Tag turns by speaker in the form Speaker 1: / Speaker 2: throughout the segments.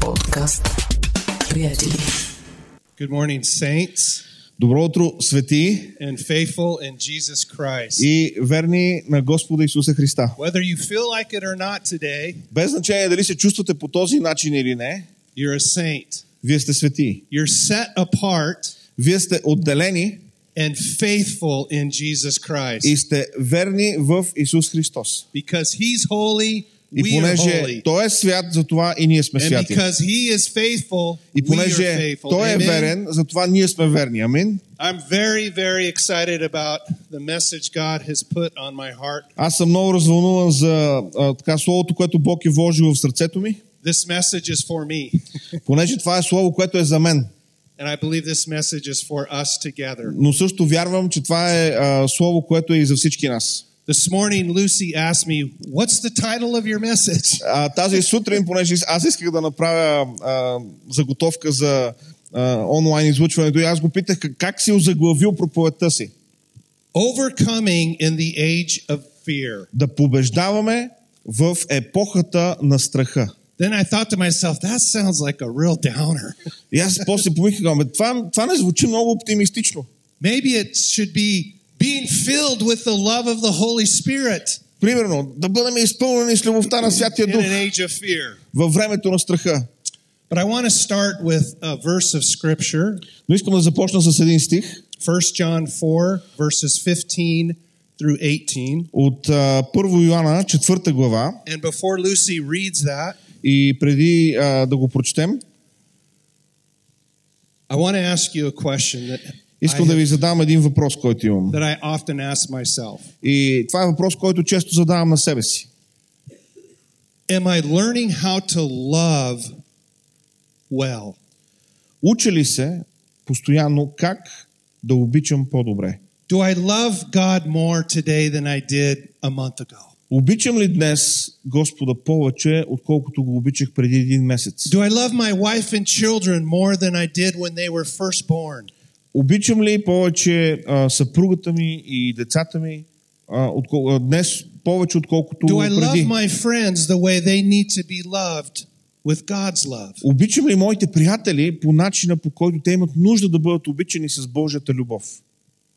Speaker 1: Подкаст. Приятели.
Speaker 2: Good morning, saints
Speaker 3: Добро утро, свети
Speaker 2: and faithful in Jesus Christ.
Speaker 3: и верни на Господа Исуса Христа.
Speaker 2: Whether you feel like it or not today,
Speaker 3: Без значение дали се чувствате по този начин или не,
Speaker 2: you're a saint.
Speaker 3: вие сте свети.
Speaker 2: You're set apart
Speaker 3: Вие сте отделени
Speaker 2: and faithful in Jesus
Speaker 3: и
Speaker 2: Christ
Speaker 3: сте верни в Изус Христос.
Speaker 2: because He's holy,
Speaker 3: И
Speaker 2: we are
Speaker 3: понеже
Speaker 2: holy.
Speaker 3: Той е свят, затова и ние сме
Speaker 2: And
Speaker 3: святи.
Speaker 2: because He is faithful,
Speaker 3: И
Speaker 2: we are
Speaker 3: понеже
Speaker 2: faithful.
Speaker 3: Той е
Speaker 2: Amen.
Speaker 3: верен, затова ние сме верни. Амин.
Speaker 2: I'm very, very excited about the message God has put on my heart.
Speaker 3: Аз съм много развълнуван за а, така словото, което Бог е вложил в сърцето ми,
Speaker 2: This message is for me,
Speaker 3: понеже това е слово, което е за мен.
Speaker 2: and I believe this message is for us together.
Speaker 3: Но също вярвам, че това е а, слово, което е и за всички нас.
Speaker 2: This morning, Lucy asked me, What's the title of your message?
Speaker 3: А, тази сутрин, понеже аз исках да направя а, заготовка за а, онлайн излучването и аз го питах как, как си озаглавил проповедта си.
Speaker 2: Overcoming in the Age of Fear.
Speaker 3: Да побеждаваме в епохата на страха.
Speaker 2: Then I thought to myself, That sounds like a real downer.
Speaker 3: И аз после помислих, бе, това, това не звучи много оптимистично.
Speaker 2: Maybe it should be being filled with the love of the Holy Spirit
Speaker 3: Примерно, да бъдем изпълнени с любовта на Святия
Speaker 2: in
Speaker 3: Дух
Speaker 2: an age of fear.
Speaker 3: във времето на страха.
Speaker 2: But I want to start with a verse of Scripture,
Speaker 3: Но искам да започна с един стих
Speaker 2: 1 John 4, verses 15 through 18.
Speaker 3: от а, 1 Йоанна, 4 глава.
Speaker 2: And before Lucy reads that,
Speaker 3: И преди а, да го прочетем,
Speaker 2: I want to ask you a question that I
Speaker 3: искам да ви задам един въпрос, който имам.
Speaker 2: that I often ask myself
Speaker 3: И това е въпрос, който често задавам на себе си.
Speaker 2: Am I learning how to love well?
Speaker 3: Уча ли се постоянно как да обичам по-добре?
Speaker 2: Do I love God more today than I did a month ago?
Speaker 3: Обичам ли днес Господа повече, отколкото го обичах преди един месец?
Speaker 2: Do I love my wife and children more than I did when they were first born?
Speaker 3: Обичам ли повече а, съпругата ми и децата ми а, откол... а, днес повече, отколкото
Speaker 2: Do I love
Speaker 3: преди?
Speaker 2: my friends the way they need to be loved with God's love?
Speaker 3: Обичам ли моите приятели по начина, по който те имат нужда да бъдат обичани с Божията любов?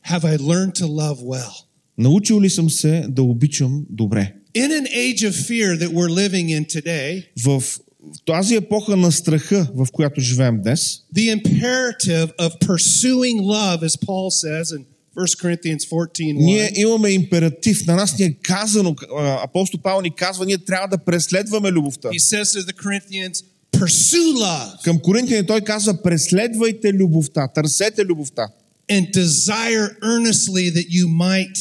Speaker 2: Have I learned to love well?
Speaker 3: Научил ли съм се да обичам добре?
Speaker 2: In an age of fear that we're living in today,
Speaker 3: в тази епоха на страха, в която живеем днес,
Speaker 2: the imperative of pursuing love, as Paul says in 1 Corinthians 14
Speaker 3: ние имаме императив. На нас ни е казано, а, апостол Павел ни казва, ние трябва да преследваме любовта.
Speaker 2: He says to the Corinthians, pursue love
Speaker 3: Към Коринтияни той казва, преследвайте любовта, търсете любовта
Speaker 2: and desire earnestly that you might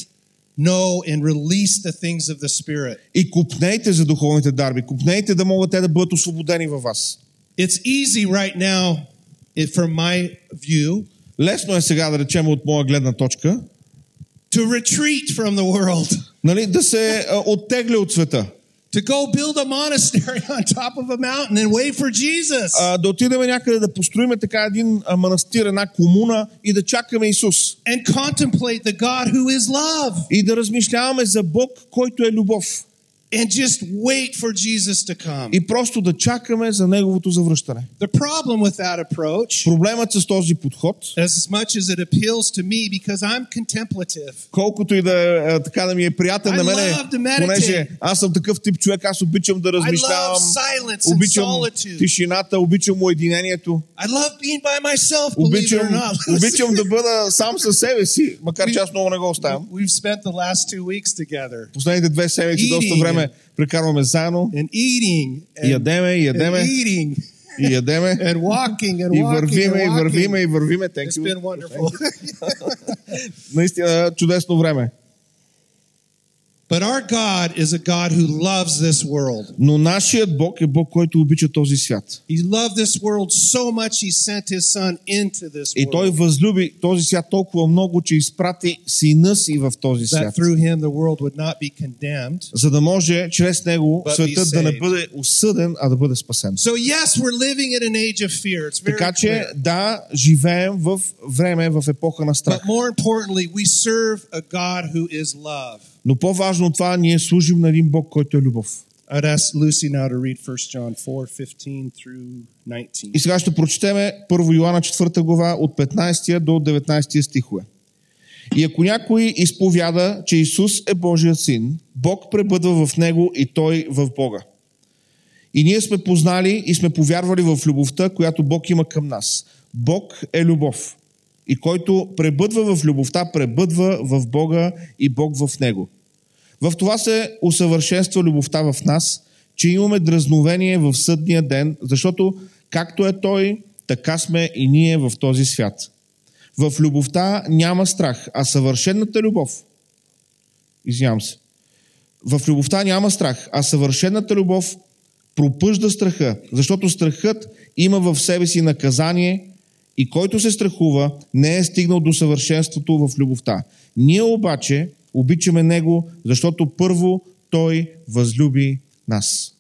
Speaker 2: know and release the things of the Spirit.
Speaker 3: и купнейте за духовните дарби, купнейте да могат те да бъдат освободени във вас.
Speaker 2: It's easy right now, it, from my view,
Speaker 3: Лесно е сега да речем от моя гледна точка,
Speaker 2: to retreat from the world,
Speaker 3: нали, да се а, оттегля от света,
Speaker 2: to go build a monastery on top of a mountain and wait for Jesus.
Speaker 3: а, да отидем някъде да построиме така един а, манастир, една комуна и да чакаме Исус.
Speaker 2: and contemplate the God who is love
Speaker 3: и да размишляваме за Бог, който е любов.
Speaker 2: and just wait for Jesus to come.
Speaker 3: И просто да чакаме за Неговото завръщане.
Speaker 2: The problem with that approach,
Speaker 3: Проблемът с този подход,
Speaker 2: as much as it appeals to me because I'm contemplative,
Speaker 3: колкото и да е а, така да ми е приятен
Speaker 2: I
Speaker 3: на мене,
Speaker 2: love to meditate.
Speaker 3: понеже аз съм такъв тип човек, аз обичам да
Speaker 2: I love
Speaker 3: размишлявам,
Speaker 2: silence and
Speaker 3: обичам
Speaker 2: solitude.
Speaker 3: тишината, обичам уединението,
Speaker 2: I love being by myself, believe it or
Speaker 3: обичам,
Speaker 2: not.
Speaker 3: обичам да бъда сам със себе си, макар че аз много не го оставям.
Speaker 2: We've spent the last two weeks together
Speaker 3: Последните две седмици доста
Speaker 2: Eating.
Speaker 3: време прекарваме заедно
Speaker 2: and eating
Speaker 3: и
Speaker 2: and,
Speaker 3: ядеме, и
Speaker 2: and
Speaker 3: ядеме,
Speaker 2: eating
Speaker 3: и ядеме,
Speaker 2: and walking and
Speaker 3: и
Speaker 2: walking.
Speaker 3: вървиме, и
Speaker 2: and walking.
Speaker 3: вървиме, и вървиме. Thank
Speaker 2: It's
Speaker 3: you.
Speaker 2: been wonderful.
Speaker 3: Наистина чудесно време.
Speaker 2: but our God is a God who loves this world.
Speaker 3: Но нашият Бог е Бог, който обича този свят.
Speaker 2: He loved this world so much, He sent His Son into this
Speaker 3: И Той
Speaker 2: world.
Speaker 3: възлюби този свят толкова много, че изпрати сина си в този
Speaker 2: That
Speaker 3: свят,
Speaker 2: through Him the world would not be condemned.
Speaker 3: за да може чрез него
Speaker 2: But be
Speaker 3: светът да не
Speaker 2: saved.
Speaker 3: бъде осъден, а да бъде спасен.
Speaker 2: So, yes, we're living in an age of fear. It's very
Speaker 3: Така че,
Speaker 2: clear.
Speaker 3: да, живеем в време, в епоха на страх.
Speaker 2: But more importantly, we serve a God who is love.
Speaker 3: Но по-важно от това, ние служим на един Бог, който е любов.
Speaker 4: I'd ask Lucy now to read 1 John 4 15 through 19.
Speaker 3: И сега ще прочетеме 1 Йоанна 4 глава от 15 до 19 стихове. И ако някой изповяда, че Исус е Божият син, Бог пребъдва в него и той в Бога. И ние сме познали и сме повярвали в любовта, която Бог има към нас. Бог е любов. И който пребъдва в любовта, пребъдва в Бога и Бог в него. В това се усъвършенства любовта в нас, че имаме дразновение в съдния ден, защото както е Той, така сме и ние в този свят. В любовта няма страх, а съвършената любов. Извинявам се. В любовта няма страх, а съвършената любов пропъжда страха, защото страхът има в себе си наказание и който се страхува, не е стигнал до съвършенството в любовта. Ние обаче обичаме Него, защото първо Той възлюби нас.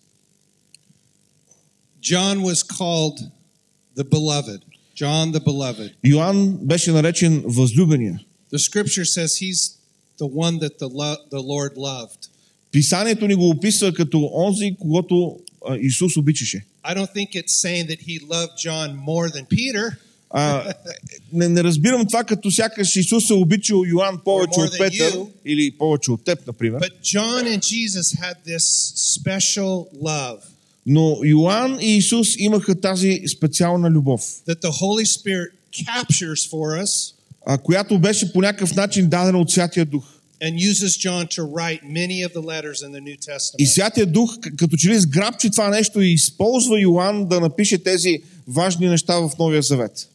Speaker 4: John was called the beloved. John the beloved.
Speaker 3: Йоанн беше наречен възлюбения.
Speaker 4: The scripture says he's the one that the, lo- the Lord loved.
Speaker 3: Писанието ни го описва като онзи, когато а, Исус обичаше.
Speaker 4: I don't think it's saying that he loved John more than Peter
Speaker 3: А, не, не разбирам това, като сякаш Исус е обичал Йоанн повече
Speaker 4: Or more
Speaker 3: от
Speaker 4: than
Speaker 3: Петър
Speaker 4: you.
Speaker 3: или повече от теб, например.
Speaker 4: But John and Jesus had this special love
Speaker 3: Но Йоанн и Исус имаха тази специална любов,
Speaker 4: that the Holy Spirit captures for us
Speaker 3: а, която беше по някакъв начин дадена от Святия Дух.
Speaker 4: and uses John to write many of the letters in the New Testament.
Speaker 3: И Святия Дух, к- като че ли сграбчи това нещо и използва Йоанн да напише тези важни неща в Новия Завет.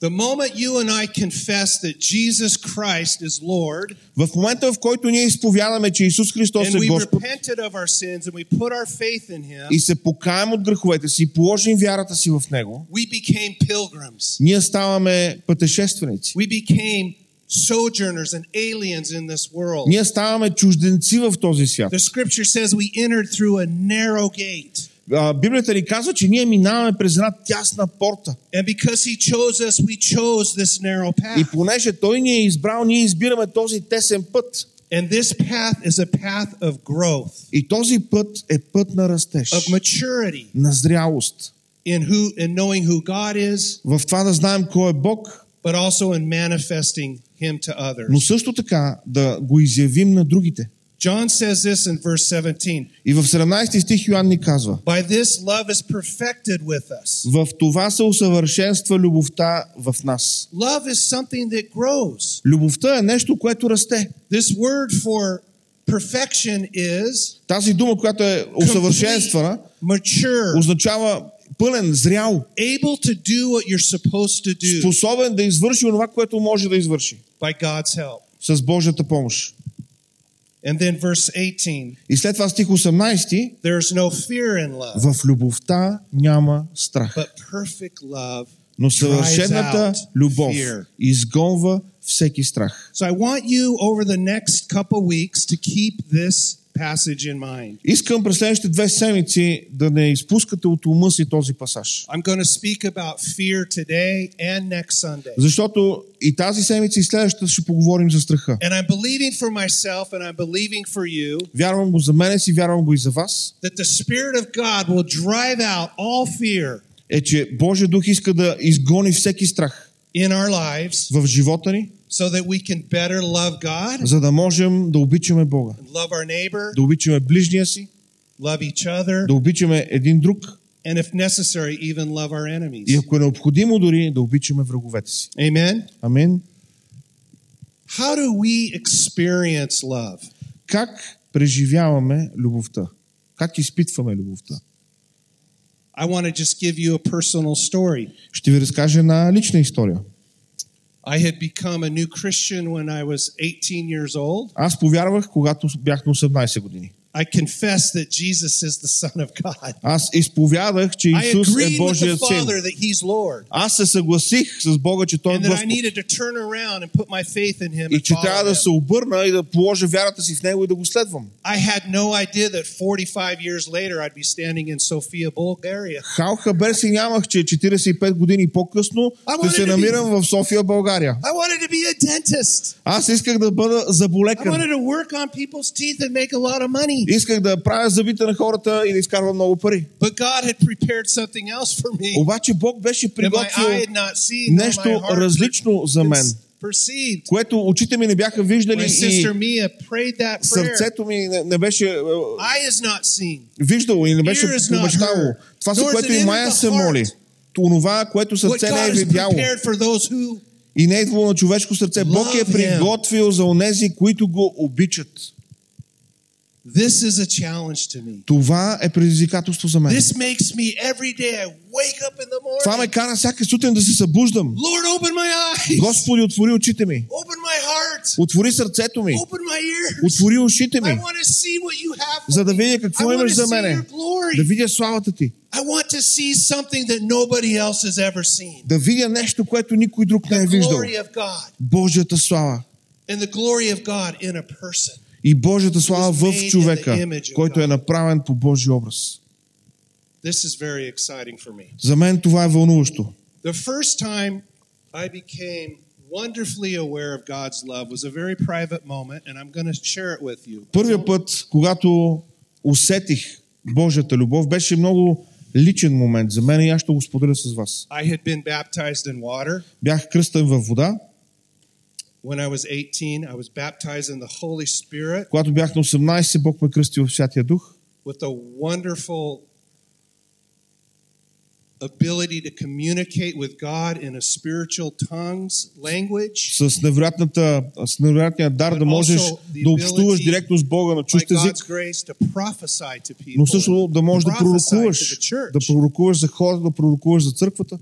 Speaker 4: The moment you and I confess that Jesus Christ is Lord
Speaker 3: В момента, в който ние изповядаме, че Isус Христос
Speaker 4: and
Speaker 3: е
Speaker 4: we
Speaker 3: Господ
Speaker 4: repented of our sins and we put our faith in him,
Speaker 3: и се покаем от греховете си и положим вярата си в Него,
Speaker 4: we became pilgrims.
Speaker 3: ние ставаме пътешественици.
Speaker 4: We became sojourners and aliens in this world.
Speaker 3: Ние ставаме чужденци в този свят.
Speaker 4: The scripture says we entered through a narrow gate.
Speaker 3: А, Библията ни казва, че ние минаваме през една тясна порта.
Speaker 4: And because he chose us, we chose this narrow
Speaker 3: И
Speaker 4: path.
Speaker 3: понеже Той ни е избрал, ние избираме този тесен път.
Speaker 4: And this path is a path of growth,
Speaker 3: И този път е път на растеж,
Speaker 4: of maturity
Speaker 3: на зрялост.
Speaker 4: in who in knowing who God is,
Speaker 3: в това да знаем кой е Бог,
Speaker 4: but also in manifesting him to others.
Speaker 3: но също така да го изявим на другите.
Speaker 4: John says this in verse 17.
Speaker 3: И в 17 стих Йоанн ни казва,
Speaker 4: By this love is perfected with us.
Speaker 3: в това се усъвършенства любовта в нас.
Speaker 4: Love is something that grows.
Speaker 3: Любовта е нещо, което расте.
Speaker 4: This word for perfection is
Speaker 3: Тази дума, която е усъвършенствана,
Speaker 4: complete, mature,
Speaker 3: означава пълен, зрял,
Speaker 4: able to do what you're supposed to do
Speaker 3: способен да извърши това, което може да извърши
Speaker 4: by God's help.
Speaker 3: с Божията помощ.
Speaker 4: And then verse 18
Speaker 3: И след това стих 18,
Speaker 4: there's no fear in love,
Speaker 3: в любовта няма страх,
Speaker 4: but perfect love.
Speaker 3: но съвършената любов изгонва всеки страх.
Speaker 4: So I want you over the next couple weeks to keep this passage in mind.
Speaker 3: Искам през следващите две седмици да не изпускате от ума си този пасаж.
Speaker 4: I'm going to speak about fear today and next Sunday.
Speaker 3: Защото и тази седмица, и следващата ще поговорим за страха.
Speaker 4: And I'm believing for myself and I'm believing for you
Speaker 3: Вярвам го за мене си, вярвам го и за вас.
Speaker 4: that the Spirit of God will drive out all fear
Speaker 3: Е, че Божия Дух иска да изгони всеки страх
Speaker 4: in our lives
Speaker 3: в живота ни,
Speaker 4: so that we can better love God,
Speaker 3: за да можем да обичаме Бога,
Speaker 4: love our neighbor,
Speaker 3: да обичаме ближния си,
Speaker 4: love each other,
Speaker 3: да обичаме един друг
Speaker 4: and if necessary, even love
Speaker 3: и
Speaker 4: our enemies.
Speaker 3: ако е необходимо дори да обичаме враговете си.
Speaker 4: Amen.
Speaker 3: Амин.
Speaker 4: How do we experience love?
Speaker 3: Как преживяваме любовта? Как изпитваме любовта?
Speaker 4: I want to just give you a personal story.
Speaker 3: Ще ви разкажа една лична история.
Speaker 4: I had become a new Christian when I was 18 years old.
Speaker 3: Аз повярвах, когато бях на 18 години.
Speaker 4: I confessed that Jesus is the Son of God.
Speaker 3: Аз изповядах, че
Speaker 4: I
Speaker 3: Исус е
Speaker 4: agreed with the
Speaker 3: Божият син.
Speaker 4: Father that He's Lord
Speaker 3: Аз се съгласих с Бога, че Той е
Speaker 4: and that I
Speaker 3: Господ
Speaker 4: needed to turn around and put my faith in Him.
Speaker 3: и
Speaker 4: And
Speaker 3: че трябва
Speaker 4: follow
Speaker 3: да се
Speaker 4: him.
Speaker 3: обърна и да положа вярата си в Него и да го следвам.
Speaker 4: I had no idea that 45 years later I'd be standing in Sofia, Bulgaria.
Speaker 3: Хал хабер си нямах, че е 45 години по-късно
Speaker 4: I
Speaker 3: ще се
Speaker 4: wanted to be-
Speaker 3: намирам в София, България.
Speaker 4: I wanted to be a dentist.
Speaker 3: Аз исках да бъда
Speaker 4: I
Speaker 3: заболекар.
Speaker 4: wanted to work on people's teeth and make a lot of money. money,
Speaker 3: Исках да правя зъбите на хората и да изкарвам много пари.
Speaker 4: but God had prepared something else for me
Speaker 3: Обаче Бог беше
Speaker 4: that my
Speaker 3: приготвил
Speaker 4: eye had not seen, that my
Speaker 3: нещо
Speaker 4: heart
Speaker 3: различно за мен,
Speaker 4: perceived.
Speaker 3: което очите ми не бяха виждали
Speaker 4: My
Speaker 3: и
Speaker 4: sister Mia prayed that prayer.
Speaker 3: сърцето ми не, не беше е,
Speaker 4: Eye is not seen,
Speaker 3: виждало и не беше
Speaker 4: Ear is not
Speaker 3: помечтало.
Speaker 4: heard,
Speaker 3: Това, за
Speaker 4: nor
Speaker 3: което
Speaker 4: is it
Speaker 3: и
Speaker 4: in
Speaker 3: Майя
Speaker 4: the
Speaker 3: се
Speaker 4: heart.
Speaker 3: моли. Онова, което
Speaker 4: what
Speaker 3: сърце не
Speaker 4: God
Speaker 3: е
Speaker 4: has
Speaker 3: видяло
Speaker 4: prepared for those who
Speaker 3: и не е идвало на човешко сърце, Бог
Speaker 4: Love
Speaker 3: е
Speaker 4: him.
Speaker 3: приготвил за онези, които го обичат.
Speaker 4: This is a challenge to me.
Speaker 3: Това е предизвикателство за мен.
Speaker 4: This makes me every day I wake up in the
Speaker 3: Това ме
Speaker 4: morning.
Speaker 3: кара всяка сутрин да се събуждам.
Speaker 4: Lord, open my eyes.
Speaker 3: Господи, отвори очите ми.
Speaker 4: Open my heart.
Speaker 3: Отвори сърцето ми.
Speaker 4: Open my ears.
Speaker 3: Отвори ушите
Speaker 4: I
Speaker 3: ми.
Speaker 4: want to see what you have. for
Speaker 3: За да
Speaker 4: me.
Speaker 3: видя какво
Speaker 4: I want
Speaker 3: имаш
Speaker 4: to
Speaker 3: за
Speaker 4: see
Speaker 3: мене.
Speaker 4: your glory.
Speaker 3: Да видя славата ти.
Speaker 4: I want to see something that nobody else has ever seen.
Speaker 3: Да видя нещо, което никой друг не е виждал.
Speaker 4: Glory of God
Speaker 3: Божията слава.
Speaker 4: and the glory of God in a person.
Speaker 3: И Божията слава
Speaker 4: Is made
Speaker 3: в
Speaker 4: in
Speaker 3: човека,
Speaker 4: the image of
Speaker 3: който
Speaker 4: God.
Speaker 3: е направен по Божия образ.
Speaker 4: This is very exciting for me.
Speaker 3: За мен това е вълнуващо.
Speaker 4: The first time I became wonderfully aware of God's love was a very private moment, and I'm going to share it with you.
Speaker 3: Първия път, когато усетих Божията любов, беше много личен момент за мен и аз ще го споделя с вас.
Speaker 4: I had been baptized in water
Speaker 3: Бях кръстен във вода,
Speaker 4: when I was 18. I was baptized in the Holy Spirit
Speaker 3: когато бях на 18, Бог ме кръсти в Святия Дух.
Speaker 4: with a wonderful ability to communicate with God in a spiritual tongues language.
Speaker 3: С, невероятната, с невероятния дар да можеш да общуваш директно с Бога на
Speaker 4: By
Speaker 3: чужд език,
Speaker 4: God's grace to prophesy to people,
Speaker 3: но също да можеш да
Speaker 4: prophesy to
Speaker 3: пророкуваш,
Speaker 4: the church.
Speaker 3: да пророкуваш за хората, да пророкуваш за църквата.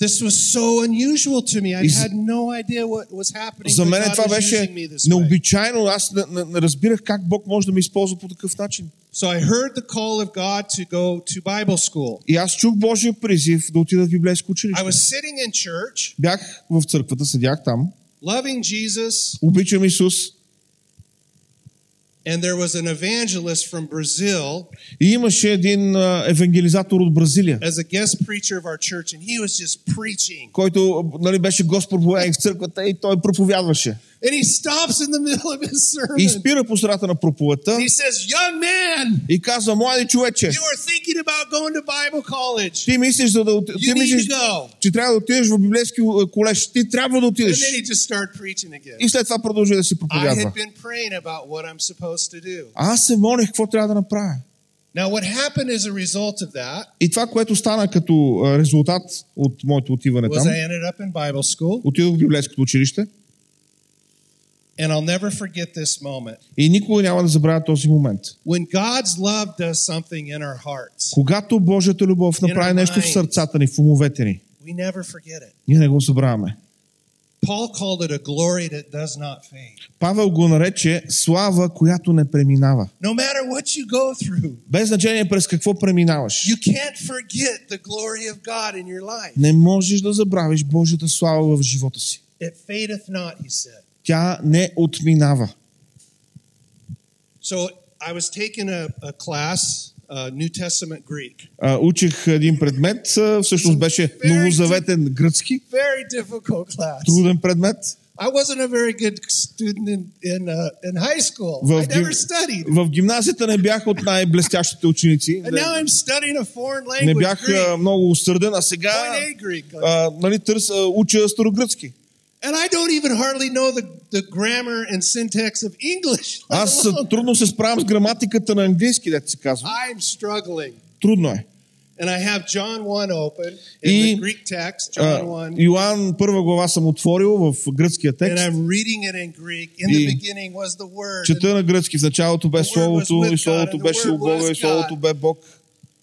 Speaker 4: This was so unusual to me. I
Speaker 3: Из-
Speaker 4: had no idea what was happening.
Speaker 3: За
Speaker 4: but
Speaker 3: мен
Speaker 4: God
Speaker 3: това
Speaker 4: was
Speaker 3: беше
Speaker 4: using me this way.
Speaker 3: необичайно. Аз не, не, не разбирах как Бог може да ме използва по такъв начин.
Speaker 4: So I heard the call of God to go to Bible school.
Speaker 3: И аз чух Божия призив да отида в библейско
Speaker 4: I
Speaker 3: училище.
Speaker 4: was sitting in church,
Speaker 3: Бях в църквата, седях там,
Speaker 4: loving Jesus,
Speaker 3: обичам Исус
Speaker 4: and there was an evangelist from Brazil
Speaker 3: и имаше един а, евангелизатор от Бразилия,
Speaker 4: as a guest preacher of our church, and he was just preaching.
Speaker 3: който а, нали, беше Господ проповядник в църквата и той проповядваше.
Speaker 4: And he stops in the middle of his sermon.
Speaker 3: И спира по средата на проповедта
Speaker 4: He says, Young man,
Speaker 3: и казва, млади човече,
Speaker 4: you are thinking about going to Bible college.
Speaker 3: ти мислиш, за да, от- ти
Speaker 4: You need
Speaker 3: мислиш
Speaker 4: to go.
Speaker 3: че трябва да отидеш в библейски а, колеж. Ти трябва да
Speaker 4: And
Speaker 3: отидеш.
Speaker 4: then he just started preaching again.
Speaker 3: И след това продължи да си
Speaker 4: I
Speaker 3: проповядва.
Speaker 4: had been praying about what I'm supposed to do.
Speaker 3: Аз се молих какво трябва да направя.
Speaker 4: Now, what happened as a result of that
Speaker 3: И това, което стана като а, резултат от моето отиване
Speaker 4: was
Speaker 3: там,
Speaker 4: I ended up in Bible school,
Speaker 3: отидох в библейското училище
Speaker 4: and I'll never forget this moment.
Speaker 3: и никога няма да забравя този момент.
Speaker 4: When God's love does something in our hearts,
Speaker 3: Когато Божията любов направи
Speaker 4: In our
Speaker 3: нещо в
Speaker 4: minds.
Speaker 3: сърцата ни, в умовете ни,
Speaker 4: we never forget it.
Speaker 3: ние не го забравяме.
Speaker 4: Paul called it a glory that does not fade.
Speaker 3: Павел го нарече слава, която не преминава.
Speaker 4: No matter what you go through,
Speaker 3: Без значение през какво преминаваш.
Speaker 4: you can't forget the glory of God in your life.
Speaker 3: Не можеш да забравиш Божията слава в живота си.
Speaker 4: It fadeth not, he said.
Speaker 3: Тя не отминава.
Speaker 4: So I was taking a, a class, uh, New Testament Greek.
Speaker 3: А, учих един предмет, а, всъщност беше новозаветен гръцки,
Speaker 4: Very difficult class.
Speaker 3: труден предмет.
Speaker 4: I wasn't a very good student in in, uh, in high school.
Speaker 3: Well,
Speaker 4: I never
Speaker 3: give-
Speaker 4: studied,
Speaker 3: В гимназията не бях от най-блестящите ученици.
Speaker 4: and now I'm studying a foreign
Speaker 3: Не
Speaker 4: language,
Speaker 3: бях а,
Speaker 4: Greek,
Speaker 3: много усърден, а сега
Speaker 4: point A Greek,
Speaker 3: а, нали, търс, а, уча старогръцки.
Speaker 4: and I don't even hardly know the, the grammar and syntax of English. let
Speaker 3: Аз
Speaker 4: alone-
Speaker 3: а, трудно се справям с граматиката на английски, дето се казва.
Speaker 4: I'm struggling,
Speaker 3: Трудно е.
Speaker 4: and I have John one open in
Speaker 3: И-
Speaker 4: the Greek text,
Speaker 3: А,
Speaker 4: John one,
Speaker 3: Йоан първа глава съм отворил в гръцкия
Speaker 4: and
Speaker 3: текст.
Speaker 4: I'm reading it in Greek. In
Speaker 3: И-
Speaker 4: the beginning was the Word, and,
Speaker 3: Чета на гръцки. В началото бе
Speaker 4: The word was
Speaker 3: Словото,
Speaker 4: with
Speaker 3: и
Speaker 4: God,
Speaker 3: Словото
Speaker 4: and the
Speaker 3: беше
Speaker 4: word
Speaker 3: у Бога,
Speaker 4: was
Speaker 3: и Словото
Speaker 4: God.
Speaker 3: бе Бог.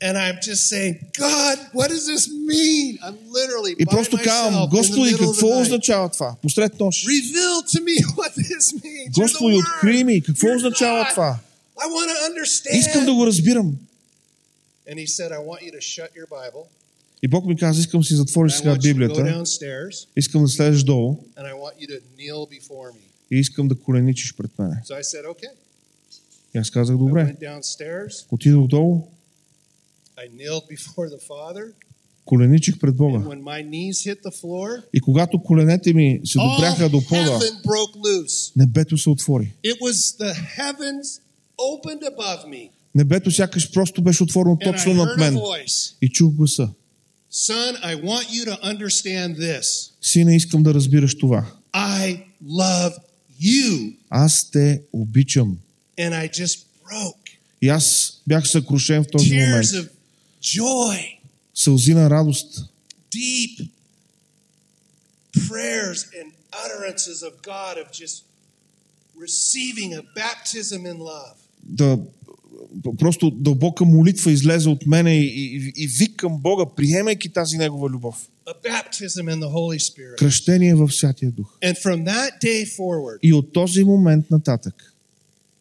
Speaker 4: and I'm just saying, God, what does this mean? I'm literally
Speaker 3: И
Speaker 4: by
Speaker 3: просто казвам,
Speaker 4: myself in the
Speaker 3: Господи,
Speaker 4: middle of the
Speaker 3: какво
Speaker 4: night.
Speaker 3: означава това? Посред нощ.
Speaker 4: Reveal to me what this means. You're the
Speaker 3: Господи,
Speaker 4: Word.
Speaker 3: откри ми, какво
Speaker 4: You're
Speaker 3: означава
Speaker 4: God.
Speaker 3: това?
Speaker 4: I want to understand.
Speaker 3: Искам да го разбирам.
Speaker 4: And he said, I want you to shut your Bible.
Speaker 3: И Бог ми каза, искам да си
Speaker 4: and
Speaker 3: затвориш
Speaker 4: I
Speaker 3: сега
Speaker 4: want you to go
Speaker 3: Библията,
Speaker 4: downstairs
Speaker 3: искам да слезеш долу
Speaker 4: and I want you to kneel before me.
Speaker 3: и искам да коленичиш пред мене.
Speaker 4: So I said, okay.
Speaker 3: И аз казах,
Speaker 4: I
Speaker 3: добре.
Speaker 4: went downstairs.
Speaker 3: Отидох долу,
Speaker 4: I kneeled before the Father.
Speaker 3: коленичих пред
Speaker 4: And
Speaker 3: Бога.
Speaker 4: when my knees hit the floor,
Speaker 3: И когато коленете ми се
Speaker 4: all
Speaker 3: допряха до пода,
Speaker 4: heaven broke loose.
Speaker 3: небето се отвори.
Speaker 4: It was the heavens opened above me,
Speaker 3: Небето сякаш просто беше отворено
Speaker 4: and I
Speaker 3: точно над
Speaker 4: heard a
Speaker 3: мен.
Speaker 4: voice.
Speaker 3: И чух гласа.
Speaker 4: Son, I want you to understand this.
Speaker 3: Сине, искам да разбираш това.
Speaker 4: I love you.
Speaker 3: Аз те обичам.
Speaker 4: And I just broke
Speaker 3: И аз бях съкрушен в този момент.
Speaker 4: tears of joy,
Speaker 3: Сълзи на радост.
Speaker 4: deep prayers and utterances of God of just receiving a baptism in love.
Speaker 3: Да, просто дълбока молитва излезе от мене и, и, и вик към Бога, приемайки тази Негова любов.
Speaker 4: a baptism in the Holy Spirit.
Speaker 3: Кръщение в Святия Дух.
Speaker 4: And from that day forward,
Speaker 3: И от този момент нататък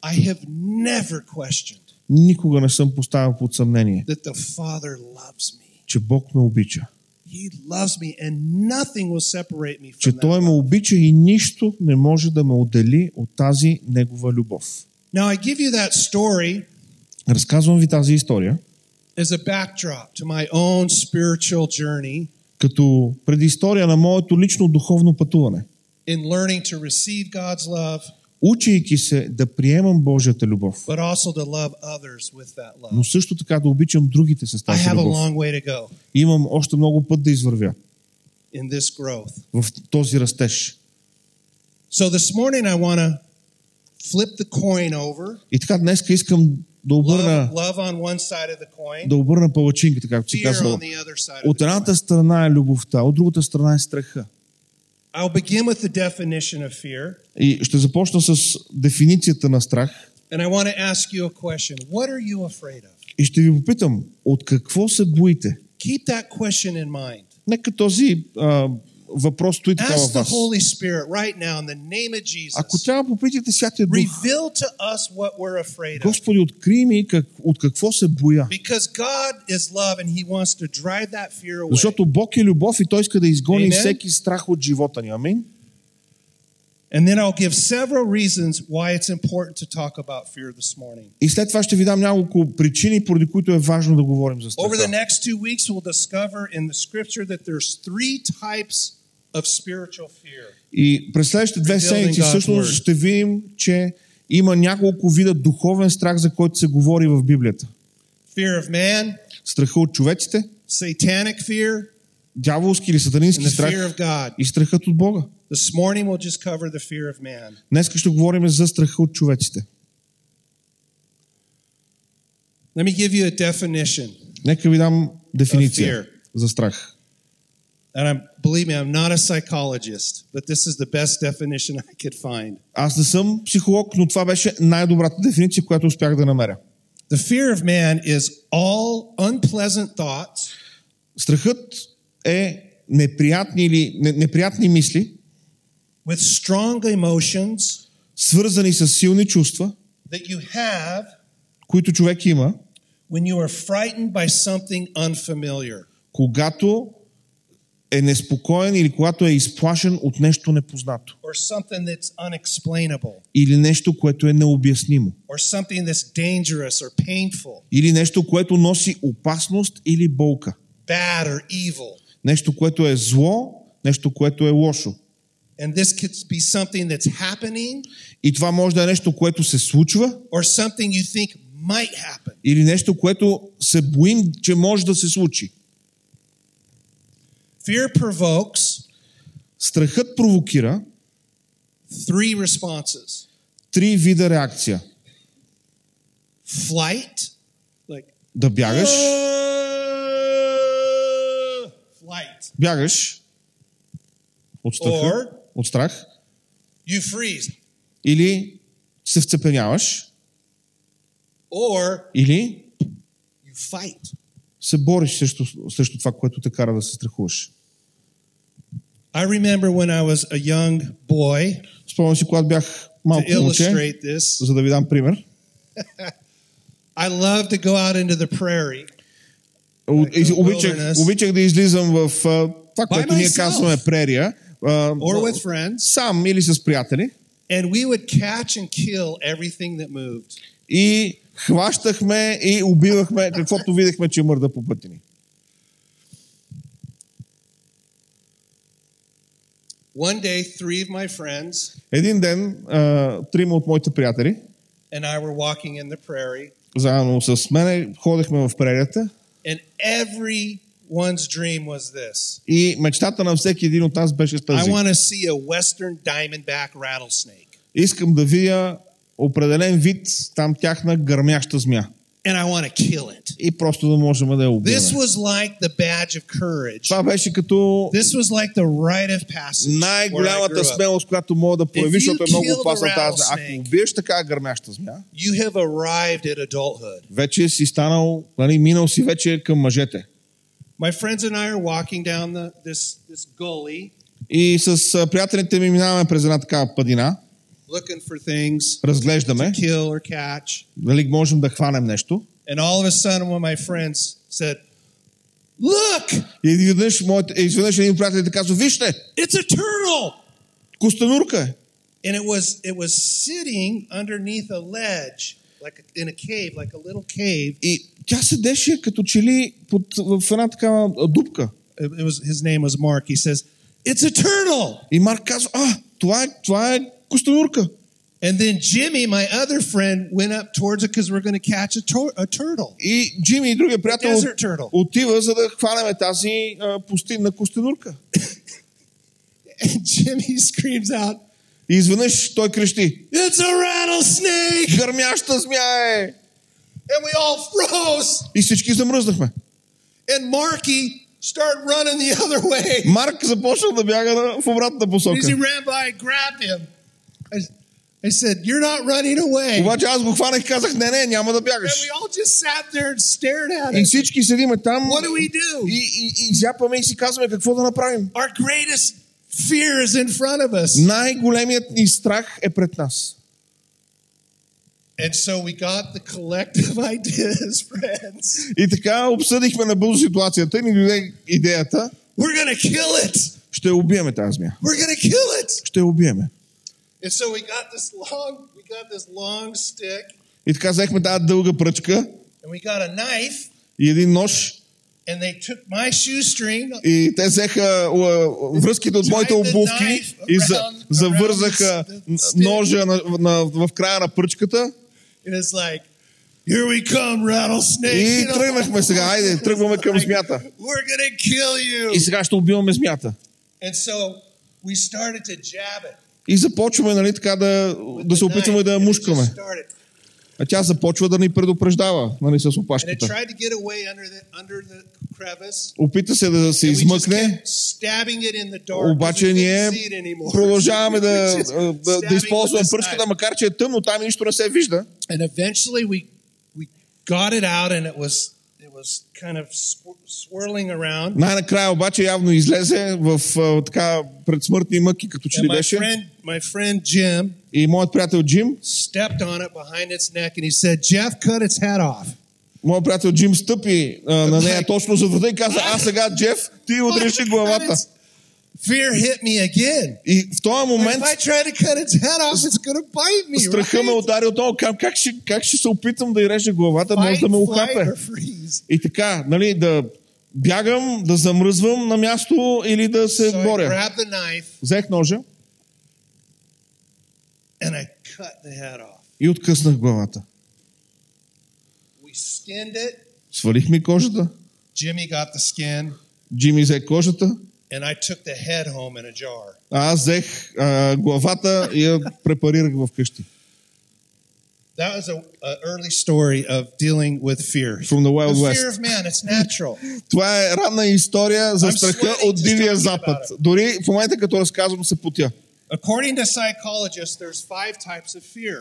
Speaker 4: I have never questioned
Speaker 3: никога не съм поставил под съмнение,
Speaker 4: that the Father loves me.
Speaker 3: че Бог ме обича.
Speaker 4: He loves me, and nothing will separate me
Speaker 3: Че
Speaker 4: from that.
Speaker 3: Той ме
Speaker 4: love.
Speaker 3: обича и нищо не може да ме отдели от тази Негова любов.
Speaker 4: Now, I give you that story
Speaker 3: Разказвам ви тази история
Speaker 4: as a backdrop to my own spiritual journey
Speaker 3: като предистория на моето лично духовно пътуване.
Speaker 4: in learning to receive God's love,
Speaker 3: учейки се да приемам Божията любов,
Speaker 4: but also to love others with that love.
Speaker 3: но също така да обичам другите с
Speaker 4: I
Speaker 3: тази
Speaker 4: have a
Speaker 3: любов.
Speaker 4: long way to go
Speaker 3: Имам още много път да извървя
Speaker 4: in this growth.
Speaker 3: в този растеж.
Speaker 4: So, this morning, I want to flip the coin over.
Speaker 3: И така днес искам да
Speaker 4: Love,
Speaker 3: обърна,
Speaker 4: love on one side of the coin.
Speaker 3: да обърна палачинката, както си
Speaker 4: fear
Speaker 3: казал.
Speaker 4: on the other side of
Speaker 3: От
Speaker 4: the coin.
Speaker 3: едната страна е любовта, от другата страна е страха.
Speaker 4: I'll begin with the definition of fear,
Speaker 3: И ще започна с дефиницията на страх
Speaker 4: and I want to ask you a question. What are you afraid of?
Speaker 3: и ще ви попитам, от какво се боите?
Speaker 4: Keep that question in mind.
Speaker 3: Нека този а, въпрос стои така във
Speaker 4: Ask the
Speaker 3: вас.
Speaker 4: Holy Spirit right now in the name of
Speaker 3: Ако
Speaker 4: Jesus.
Speaker 3: трябва, попитайте Святия Дух.
Speaker 4: Reveal to us what we're afraid of.
Speaker 3: Господи, открий ми как, от какво се боя.
Speaker 4: Because God is love and He wants to drive that fear away.
Speaker 3: Защото Бог е любов и Той иска да изгони
Speaker 4: Amen.
Speaker 3: всеки страх от живота ни. Амин.
Speaker 4: And then I'll give several reasons why it's important to talk about fear this morning.
Speaker 3: И след това ще ви дам няколко причини, поради които е важно да говорим за
Speaker 4: Over the
Speaker 3: страха.
Speaker 4: next two weeks, we'll discover in the scripture that there's three types of spiritual fear.
Speaker 3: И през следващите две
Speaker 4: Rebuilding
Speaker 3: седмици
Speaker 4: God's
Speaker 3: всъщност
Speaker 4: word.
Speaker 3: ще видим, че има няколко вида духовен страх, за който се говори в Библията.
Speaker 4: fear of man,
Speaker 3: Страха от човеците,
Speaker 4: satanic fear,
Speaker 3: дяволски или
Speaker 4: and
Speaker 3: сатанински
Speaker 4: the fear
Speaker 3: страх
Speaker 4: of God.
Speaker 3: и страхът от Бога.
Speaker 4: This morning we'll just cover the fear of man.
Speaker 3: Днес ще говорим за страха от човеците.
Speaker 4: Let me give you a definition.
Speaker 3: Нека ви дам дефиниция
Speaker 4: Of fear.
Speaker 3: за страх.
Speaker 4: And I'm, believe me, I'm not a psychologist, but this is the best definition I could find.
Speaker 3: Аз не съм психолог, но това беше най-добрата дефиниция, която успях да намеря.
Speaker 4: The fear of man is all unpleasant thoughts
Speaker 3: Страхът е неприятни, или, не, неприятни мисли,
Speaker 4: with strong emotions
Speaker 3: свързани с силни чувства,
Speaker 4: that you have
Speaker 3: които човек има,
Speaker 4: when you are frightened by something unfamiliar.
Speaker 3: когато е неспокоен или когато е изплашен от нещо непознато
Speaker 4: Or something that's unexplainable,
Speaker 3: или нещо, което е необяснимо
Speaker 4: or something that's dangerous or painful,
Speaker 3: или нещо, което носи опасност или болка,
Speaker 4: bad or evil.
Speaker 3: нещо, което е зло, нещо, което е лошо.
Speaker 4: And this could be something that's happening
Speaker 3: И това може да е нещо, което се случва
Speaker 4: or something you think might happen.
Speaker 3: или нещо, което се боим, че може да се случи.
Speaker 4: Fear provokes
Speaker 3: Страхът провокира
Speaker 4: three responses
Speaker 3: три вида реакция.
Speaker 4: flight, like,
Speaker 3: Да бягаш,
Speaker 4: "Ah!" flight,
Speaker 3: бягаш от страха,
Speaker 4: Or-
Speaker 3: от страх,
Speaker 4: you freeze,
Speaker 3: или се вцепеняваш,
Speaker 4: or
Speaker 3: или
Speaker 4: you fight.
Speaker 3: се бориш срещу, срещу това, което те кара да се страхуваш.
Speaker 4: I remember when I was a young boy,
Speaker 3: Спомням си, когато бях
Speaker 4: to
Speaker 3: малко момче,
Speaker 4: illustrate this,
Speaker 3: за да ви дам пример.
Speaker 4: Е, I loved to go out into the prairie
Speaker 3: У-
Speaker 4: Like the
Speaker 3: Обичах,
Speaker 4: wilderness.
Speaker 3: обичах да излизам в а, това, което ние
Speaker 4: myself.
Speaker 3: казваме прерия, а,
Speaker 4: or with friends,
Speaker 3: сам или с приятели,
Speaker 4: and we would catch and kill everything that moved.
Speaker 3: и хващахме и убивахме каквото видяхме, че мърда по пътя ни.
Speaker 4: One day, three of my friends
Speaker 3: Един ден а, трима от моите приятели
Speaker 4: and I were walking in the prairie,
Speaker 3: Заедно с мене ходехме в прерията
Speaker 4: and everyone's dream was this
Speaker 3: и мечтата на всеки един от нас беше
Speaker 4: I
Speaker 3: тази.
Speaker 4: want to see a Western diamondback rattlesnake,
Speaker 3: Искам да видя определен вид там тяхна гърмяща змия
Speaker 4: and I want to kill it.
Speaker 3: и просто да можем да я
Speaker 4: This
Speaker 3: убием.
Speaker 4: was like the badge of courage.
Speaker 3: Това беше като
Speaker 4: This was like the rite of passage. where I grew
Speaker 3: най-голямата
Speaker 4: up.
Speaker 3: смелост, която мога да
Speaker 4: If you
Speaker 3: проявиш, защото е много
Speaker 4: kill the
Speaker 3: опасна тази змия.
Speaker 4: rattlesnake-
Speaker 3: Ако убиеш така гърмяща змия,
Speaker 4: You have arrived at adulthood.
Speaker 3: вече си станал, нали, минал си вече към мъжете.
Speaker 4: My friends and I are walking down the, this, this gully
Speaker 3: И с а, приятелите ми минаваме през една такава падина,
Speaker 4: looking for things
Speaker 3: разглеждаме,
Speaker 4: to kill or catch.
Speaker 3: дали можем да хванем нещо.
Speaker 4: And all of a sudden, one of my friends said, Look,
Speaker 3: И изведнъж, моят, изведнъж един приятел ти казва, вижте,
Speaker 4: it's a turtle.
Speaker 3: костенурка е.
Speaker 4: And it was, it was sitting underneath a ledge, like in a cave, like a little cave.
Speaker 3: И тя седеше като че ли под, в една такава а, дупка.
Speaker 4: It, it was, his name was Mark. He says, It's a turtle.
Speaker 3: И Марк казва, а, това е, това е костенурка.
Speaker 4: And then Jimmy, my other friend, went up towards it because we're going to catch a, tur- a turtle.
Speaker 3: И Джимми и другия приятел
Speaker 4: Desert turtle.
Speaker 3: отива, за да хванеме тази а, пустинна костенурка.
Speaker 4: And Jimmy screams out,
Speaker 3: И изведнъж той крещи,
Speaker 4: It's a rattlesnake!
Speaker 3: гърмяща змия е!
Speaker 4: And we all froze.
Speaker 3: И всички замръзнахме.
Speaker 4: And Marky started running the other way.
Speaker 3: Марк започна да бяга на, в обратна
Speaker 4: As he
Speaker 3: посока.
Speaker 4: ran by, I grabbed him. I, I said, You're not running away. And
Speaker 3: Обаче аз го хванах и казах, не, не, няма да бягаш.
Speaker 4: we all just sat there and stared at
Speaker 3: И
Speaker 4: it.
Speaker 3: всички седиме там
Speaker 4: What do we do?
Speaker 3: и, и, и зяпаме и си казваме какво да направим.
Speaker 4: Our greatest fear is in front of us.
Speaker 3: Най-големият ни страх е пред нас.
Speaker 4: And so we got the collective idea as friends.
Speaker 3: И така обсъдихме набързо ситуацията и ни дойде идеята,
Speaker 4: We're going to kill it.
Speaker 3: ще я убиеме тази змия.
Speaker 4: We're going to kill it.
Speaker 3: Ще я убиеме.
Speaker 4: And so we got this long, we got this long stick,
Speaker 3: И така взехме тази дълга пръчка
Speaker 4: and we got a knife,
Speaker 3: и един нож
Speaker 4: and they took my shoestring.
Speaker 3: и те взеха а, връзките от моите обувки и за, завързаха ножа на, на, в края на пръчката
Speaker 4: And it's like, here we come, rattlesnake.
Speaker 3: и
Speaker 4: you know?
Speaker 3: тръгнахме сега. Айде, тръгваме към
Speaker 4: Like,
Speaker 3: змията.
Speaker 4: We're gonna kill you.
Speaker 3: И сега ще убиваме змията.
Speaker 4: And so we started to jab it.
Speaker 3: И започваме, нали, така да, да се
Speaker 4: with the
Speaker 3: опитваме
Speaker 4: knife,
Speaker 3: да я
Speaker 4: and it just
Speaker 3: мушкаме.
Speaker 4: started.
Speaker 3: А тя започва да ни предупреждава, нали, с
Speaker 4: And it
Speaker 3: опашката.
Speaker 4: tried to get away under the under the crevice.
Speaker 3: Опита се да се
Speaker 4: And we just
Speaker 3: измъкне,
Speaker 4: kept stabbing it in the dark. 'cause
Speaker 3: обаче
Speaker 4: we
Speaker 3: ние
Speaker 4: couldn't see it anymore.
Speaker 3: продължаваме да,
Speaker 4: We
Speaker 3: да,
Speaker 4: just
Speaker 3: да,
Speaker 4: stabbing
Speaker 3: използваме
Speaker 4: with this
Speaker 3: пръчката,
Speaker 4: knife.
Speaker 3: макар че е тъмно, там и нищо не се вижда.
Speaker 4: and eventually we we got it out and it was it was kind of sw- swirling around
Speaker 3: Най-накрая обаче явно излезе в а, така предсмъртни мъки, като че
Speaker 4: and
Speaker 3: ли
Speaker 4: my
Speaker 3: беше.
Speaker 4: е friend my friend jim
Speaker 3: И моят приятел Джим,
Speaker 4: stepped on it behind its neck and he said jeff cut its head off
Speaker 3: моят приятел Джим стъпи а, на
Speaker 4: е-
Speaker 3: нея точно за врата и каза, а сега, Джеф, ти
Speaker 4: Cut
Speaker 3: отрежи главата.
Speaker 4: its- fear hit me again
Speaker 3: И в този
Speaker 4: if
Speaker 3: момент
Speaker 4: i try to cut its head off it's going to bite me
Speaker 3: страха ме
Speaker 4: right?
Speaker 3: удари отново. Как, как, ще, как ще се опитам да й режа главата, може
Speaker 4: Fight,
Speaker 3: да ме
Speaker 4: flight,
Speaker 3: ухапе.
Speaker 4: or freeze.
Speaker 3: И така, нали, да бягам, да замръзвам на място или да се
Speaker 4: So I
Speaker 3: боря.
Speaker 4: grabbed the knife
Speaker 3: Взех ножа
Speaker 4: and I cut the head off.
Speaker 3: и откъснах главата.
Speaker 4: We skinned it.
Speaker 3: Свалихме кожата.
Speaker 4: Jimmy got the skin,
Speaker 3: Джими взе кожата.
Speaker 4: and I took the head home in a jar.
Speaker 3: А аз взех а, главата и я препарирах вкъщи.
Speaker 4: That was a, a early story of dealing with fear.
Speaker 3: From the Wild
Speaker 4: The
Speaker 3: West.
Speaker 4: fear of man, it's natural.
Speaker 3: Това е ранна история за
Speaker 4: I'm
Speaker 3: страха
Speaker 4: sweating
Speaker 3: от
Speaker 4: just
Speaker 3: Дивия
Speaker 4: talking
Speaker 3: Запад.
Speaker 4: about
Speaker 3: Дори в момента, като разказвам, се потя.
Speaker 4: According to psychologists, there's five types of fear.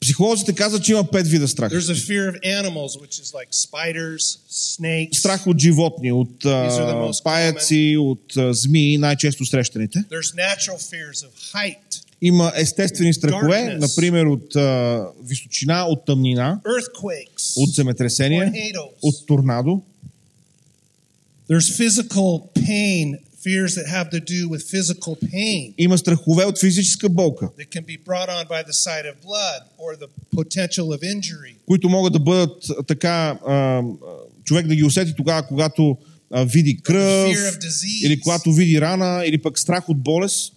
Speaker 3: Психолозите казват, че има пет вида страх.
Speaker 4: There's a fear of animals, which is like спiders, snakes.
Speaker 3: Страх от животни, от
Speaker 4: These are the
Speaker 3: а,
Speaker 4: most
Speaker 3: паяци, от а, змии, най-често срещаните.
Speaker 4: There's natural fears of height,
Speaker 3: Има естествени страхове,
Speaker 4: Darkness.
Speaker 3: например от а, височина, от тъмнина,
Speaker 4: earthquakes,
Speaker 3: от земетресение,
Speaker 4: tornadoes.
Speaker 3: от торнадо.
Speaker 4: There's physical pain, fears that have to do with physical pain
Speaker 3: Има страхове от физическа болка,
Speaker 4: that can be brought on by the sight of blood or the potential of injury.
Speaker 3: които могат да бъдат а, така, а, а, човек да ги усети тогава, когато а, види
Speaker 4: The
Speaker 3: кръв,
Speaker 4: fear of disease.
Speaker 3: или когато види рана, или пък страх от болест.